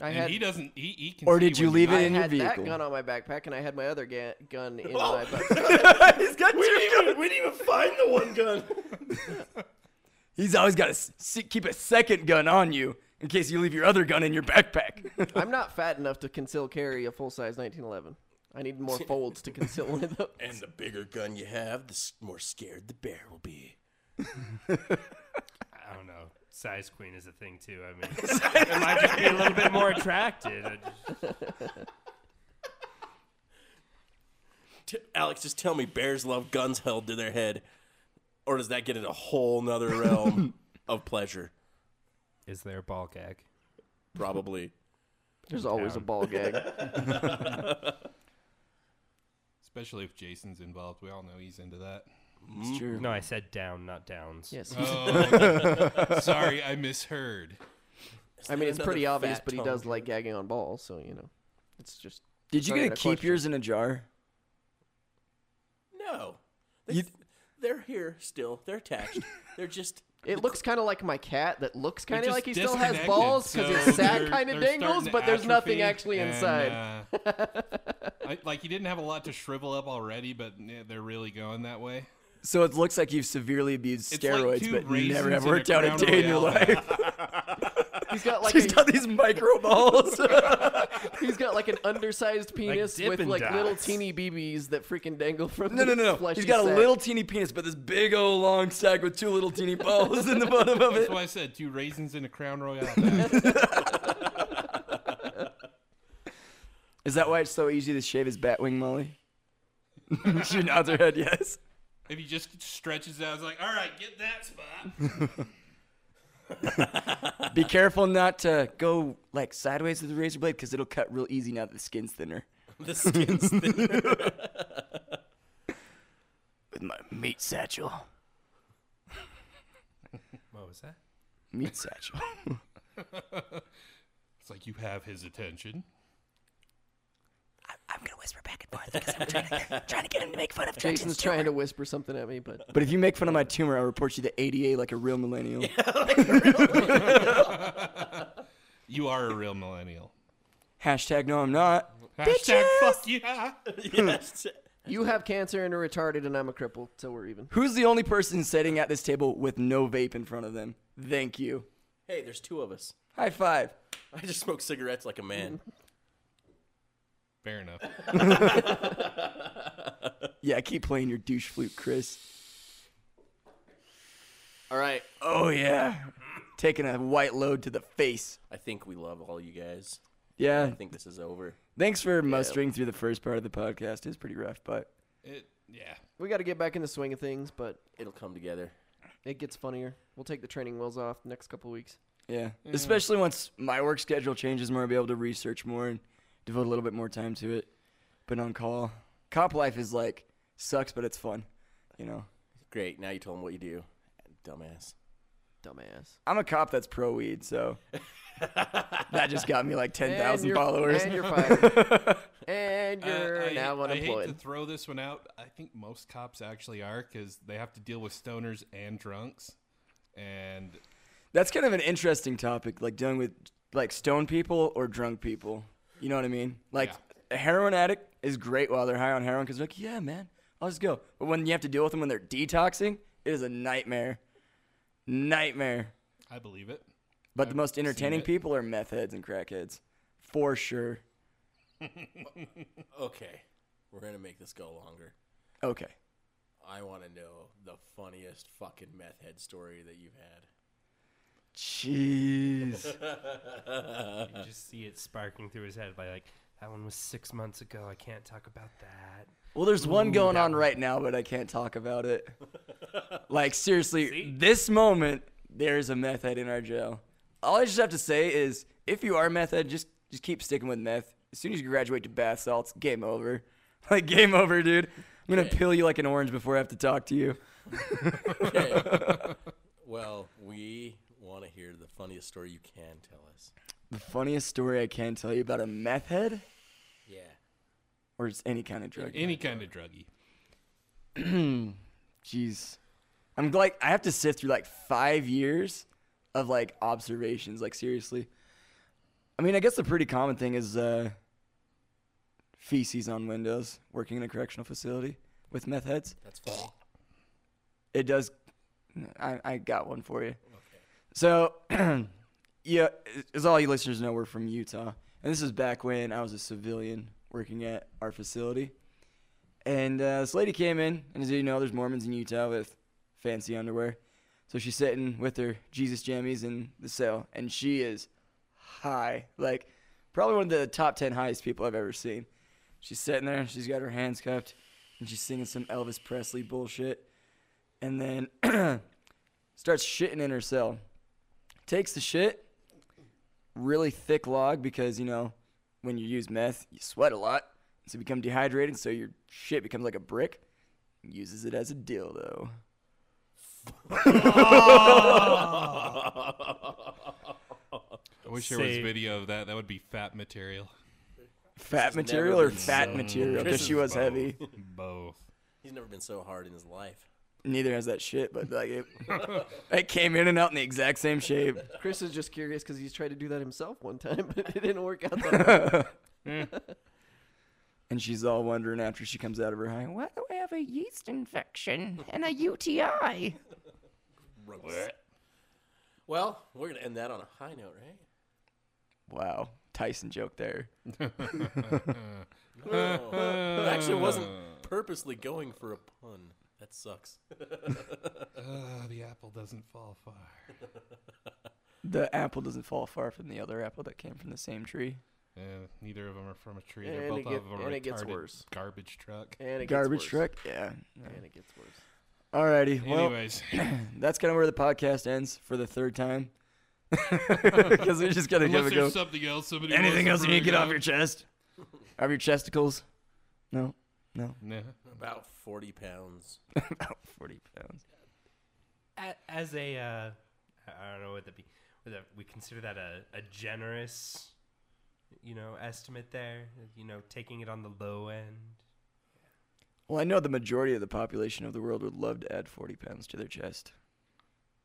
S4: I
S3: and
S4: had
S3: he doesn't. He, he can.
S2: Or
S3: see
S2: did you
S3: when
S2: leave
S4: I
S2: it in your
S4: had
S2: vehicle?
S4: that gun on my backpack, and I had my other ga- gun in
S1: Oh. *laughs*
S4: my
S2: *laughs*
S4: backpack.
S2: He's got
S1: We
S2: two
S1: didn't, even, we didn't even find the one gun.
S2: *laughs* He's always got to keep a second gun on you in case you leave your other gun in your *laughs* backpack.
S4: I'm not fat enough to conceal carry a full size 1911. I
S1: *laughs*
S4: need more folds to conceal
S3: *laughs*
S4: one of those.
S1: And the bigger gun you have, the s- more scared the bear will be.
S5: I don't know. Size queen is a thing too.
S1: *laughs*
S5: I mean, it might just be a little bit more attracted. I just-
S1: T- Alex, just tell me bears love guns held to their head, or does that get into a whole nother
S4: *laughs*
S1: realm of pleasure?
S5: Is there a ball gag?
S1: Probably.
S2: There's always a ball gag.
S3: *laughs* Especially if Jason's involved. We all know he's into that.
S2: It's true.
S5: No, I said down, not downs.
S4: *laughs* Yes.
S3: Oh, sorry, I misheard.
S4: I mean, it's pretty
S1: Another
S4: obvious,
S1: fat
S4: but he does
S1: tongue.
S4: like gagging on balls, so you know, it's just.
S2: Did you
S4: Not
S2: get
S4: even
S2: to
S4: a
S2: keep
S4: question.
S2: yours in a jar?
S1: No, they,
S2: You-
S1: they're here still. They're *laughs* attached. they're just.
S4: It looks kind of like my cat that looks kind of
S3: just
S4: like he still has
S3: disconnected,
S4: balls because
S3: so
S4: his sack
S3: they're-
S4: kind of
S3: they're
S4: dangles,
S3: starting to
S4: but there's nothing
S3: atrophy,
S4: actually
S3: and,
S4: inside.
S3: uh, I, like he didn't have a lot to shrivel up already, but eh, they're really going that way.
S2: So it looks like you've severely abused
S3: It's like
S2: steroids,
S3: two
S2: but you never have
S3: raisins in a
S2: worked out a
S3: Crown
S2: day in your
S3: Royale.
S2: *laughs* life.
S3: *laughs*
S4: He's got like
S2: She's
S4: a-
S2: got these micro balls. *laughs*
S4: he's got like an undersized penis with
S5: Dippin'
S4: like little
S5: Dots.
S4: teeny BBs that freaking dangle from
S2: No, no,
S4: the
S2: no, no.
S4: fleshy
S2: He's got a
S4: sack.
S2: little teeny penis, but this big old long sack with two little teeny balls in the bottom of
S3: That's
S2: it.
S3: why I said two raisins in a crown royale.
S4: *laughs*
S2: Is that why it's so easy to shave his bat wing, *laughs* Molly? she nods her head yes.
S3: if he just stretches out, it's like, all right, get that spot.
S2: Be careful not to go like sideways with the razor blade because it'll cut real easy now that the skin's thinner.
S1: The skin's thin.
S2: *laughs* With my meat satchel.
S5: What was that?
S2: Meat satchel.
S3: It's like you have his attention.
S2: *laughs* I'm gonna whisper back and forth because I'm trying to, trying to get him to make fun of
S4: Jason's trying to whisper something at me, but
S2: *laughs* But if you make fun of my tumor, I'll report you to ADA like a real millennial.
S3: You are a real millennial.
S2: Hashtag no, I'm not.
S3: Hashtag fuck yeah.
S1: yes.
S4: you have cancer and are retarded, and I'm a cripple, so we're even.
S2: Who's the only person sitting at this table with no vape in front of them? Thank you.
S1: Hey, there's two of us.
S2: High five.
S1: I just smoke cigarettes like a man.
S3: Fair enough.
S2: Yeah, keep playing your douche flute, Chris.
S4: All right,
S2: Oh yeah, taking a white load to the face.
S1: I think we love all you guys.
S2: Yeah,
S1: I think this is over.
S2: thanks for mustering through the first part of the podcast. It's pretty rough, but
S3: It, yeah.
S4: we got to get back in the swing of things, but
S1: It'll come together.
S4: it gets funnier. We'll take the training wheels off the next couple weeks.
S2: yeah, especially once my work schedule changes more, I'll be able to research more and devote a little bit more time to it. Been on call. Cop life is like sucks, but it's fun. You know,
S1: Great. Now you told them what you do. Dumbass.
S4: Dumbass.
S2: I'm a cop that's pro weed,
S4: *laughs*
S2: so that just got me like ten
S4: And
S2: thousand
S4: you're- *laughs*
S2: followers.
S4: And you're fired.
S2: *laughs*
S4: and you're
S3: I,
S4: now
S3: I hate to
S4: unemployed.
S3: throw this one out. I think most cops actually are because they have to deal with stoners and drunks. And
S2: That's kind of an interesting topic, like dealing with like stone people or drunk people. You know what I mean? Like a heroin addict is great while they're high on heroin because they're like, yeah, man, I'll just go. But when you have to deal with them when they're detoxing, it is a nightmare, nightmare.
S3: I believe it.
S2: But the most entertaining
S3: it.
S2: people are meth heads and crackheads, for sure.
S1: Okay. We're going to make this go longer.
S2: Okay,
S1: I want to know the funniest fucking meth head story that you've had.
S4: *laughs*
S2: jeez,
S5: You can just see it sparking through his head by like, that one was six months ago. I can't talk about that.
S2: Well, there's one going on right now, but I can't talk about it. *laughs* like seriously, this moment there's a meth head in our jail. All I just have to say is, if you are a meth head, just just keep sticking with meth. As soon as you graduate to bath salts, game over. *laughs* Like game over, dude. I'm gonna peel you like an orange before I have to talk to you.
S1: Okay. *laughs* well, we want to hear the funniest story you can tell us.
S2: The funniest story I can tell you about a meth head,
S1: Yeah.
S2: or just any kind of drug.
S3: Any kind of druggie.
S2: *clears throat* Jeez. I'm gl- like I have to sift through like five years of like observations, like seriously. I mean, I guess the pretty common thing is uh feces on windows working in a correctional facility with meth heads.
S1: That's funny.
S2: It does I, I got one for you. So *clears throat* yeah, as all you listeners know, we're from Utah. And this is back when I was a civilian working at our facility. And uh, this lady came in, and as you know, there's Mormons in Utah with fancy underwear. So she's sitting with her Jesus jammies in the cell, and she is high, like probably one of the top ten highest people I've ever seen. She's sitting there, she's got her hands cupped, and and she's singing some Elvis Presley bullshit, and then *clears throat* starts shitting in her cell. Takes the shit, really thick log because you know when you use meth, you sweat a lot, so you become dehydrated, so your shit becomes like a brick. Uses it as a dildo.
S3: I wish there was
S5: See.
S3: video of that. That would be fat material.
S2: Fat material
S1: never
S2: or
S1: been
S2: fat
S1: so-
S2: material?
S1: Chris
S2: Because she
S1: is
S2: was heavy.
S3: *laughs* Both.
S1: He's never been so hard in his life.
S2: Neither has that shit, but like
S4: *laughs*
S2: it, it came in and out in the exact same shape.
S4: Chris is just curious because he's tried to do that himself one time, *laughs* but it didn't work out. That
S2: *laughs*
S4: well.
S2: And she's all wondering after she comes out of her high, what do I have a yeast infection and a UTI?
S1: Gross. Well, we're gonna end that on a high note, right?
S2: Wow. Tyson joke there.
S1: No. Oh. actually wasn't purposely going for a pun. That sucks.
S3: Uh, the apple doesn't fall far.
S2: The apple doesn't fall far from the other apple that came from the same tree.
S3: Uh, neither of them are from a tree.
S4: And
S3: They're both
S4: it get-
S3: off of a
S4: and
S3: retarded
S4: it gets worse.
S3: garbage truck.
S4: and it
S2: Garbage
S4: gets worse.
S2: truck? Yeah.
S4: And it gets worse.
S2: Alrighty. *laughs* Well, *laughs*
S3: Anyways,
S2: that's kind of where the podcast ends for the third
S3: *laughs*
S2: time. Because we're just going to give
S3: unless
S2: it go.
S3: there's something else, somebody
S2: Anything else
S3: wants
S2: you need to get
S3: bring
S2: off your chest? off your chesticles?
S3: *laughs*
S2: No. No.
S3: up? Nah.
S1: About forty pounds.
S2: About 40 pounds.
S5: A- as a uh, I I don't know what that be. Whether we consider that a, a generous, you know, estimate there. You know, taking it on the low end.
S2: Well, I know the majority of the population of the world would love to add 40 pounds to their chest.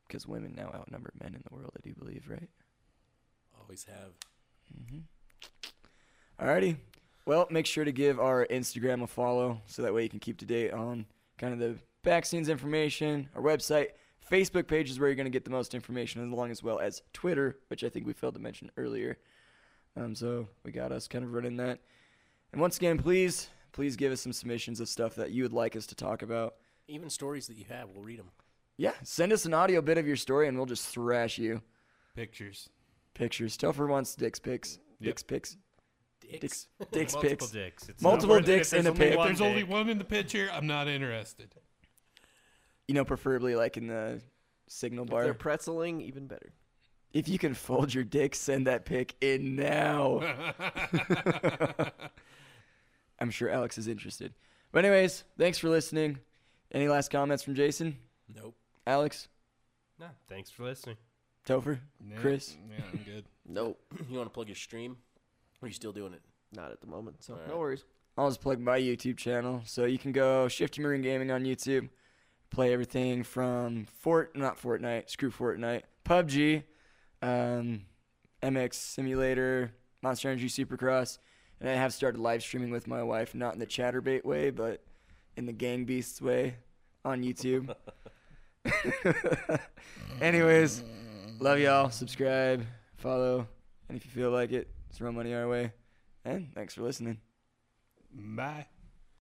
S2: Because women now outnumber men in the world, I do believe, right?
S1: Always have.
S2: Mm-hmm. Alrighty. Well, make sure to give our Instagram a follow so that way you can keep to date on kind of the vaccines information, our website. Facebook page is where you're going to get the most information, as long as well as Twitter, which I think we failed to mention earlier. Um, so we got us kind of running that. And once again, please, please give us some submissions of stuff that you would like us to talk about.
S1: Even stories that you have, we'll read them.
S2: Yeah, send us an audio bit of your story and we'll just thrash you.
S3: Pictures.
S2: Pictures. Telfer wants dicks pics.
S3: Yep.
S2: Dicks pics.
S1: Dicks.
S2: Dicks. Dicks
S5: Multiple
S2: pics.
S5: dicks. It's
S2: Multiple
S5: not worth it.
S2: dicks
S5: If there's
S2: in a
S5: only
S2: pic.
S5: one
S3: There's only
S5: dick.
S3: one in the picture. I'm not interested.
S2: You know, preferably like in the signal
S4: If they're
S2: bar.
S4: pretzeling, even better.
S2: If you can fold your dick, send that pic in
S4: *laughs*
S2: now. *laughs* I'm sure Alex is interested. But anyways, thanks for listening. Any last comments from Jason,
S1: Nope. *clears throat*
S2: Alex,
S5: No, thanks for listening.
S2: Topher,
S3: Nah,
S2: Chris?
S3: Yeah, I'm good.
S4: Nope,
S1: You want to plug your stream? Or are you still doing it?
S4: not at the moment. So
S1: Alright.
S4: no worries.
S2: I'll just plug my YouTube channel. So you can go Shifty Marine Gaming on YouTube. Play everything from Fort, not Fortnite, screw Fortnite, PUBG, um, MX Simulator, Monster Energy Supercross. And I have started live streaming with my wife, not in the chatterbait way, but in the gang beasts way on YouTube. *laughs* Anyways, love y'all. Subscribe, follow, and if you feel like it, throw money our way. And thanks for listening.
S3: Bye.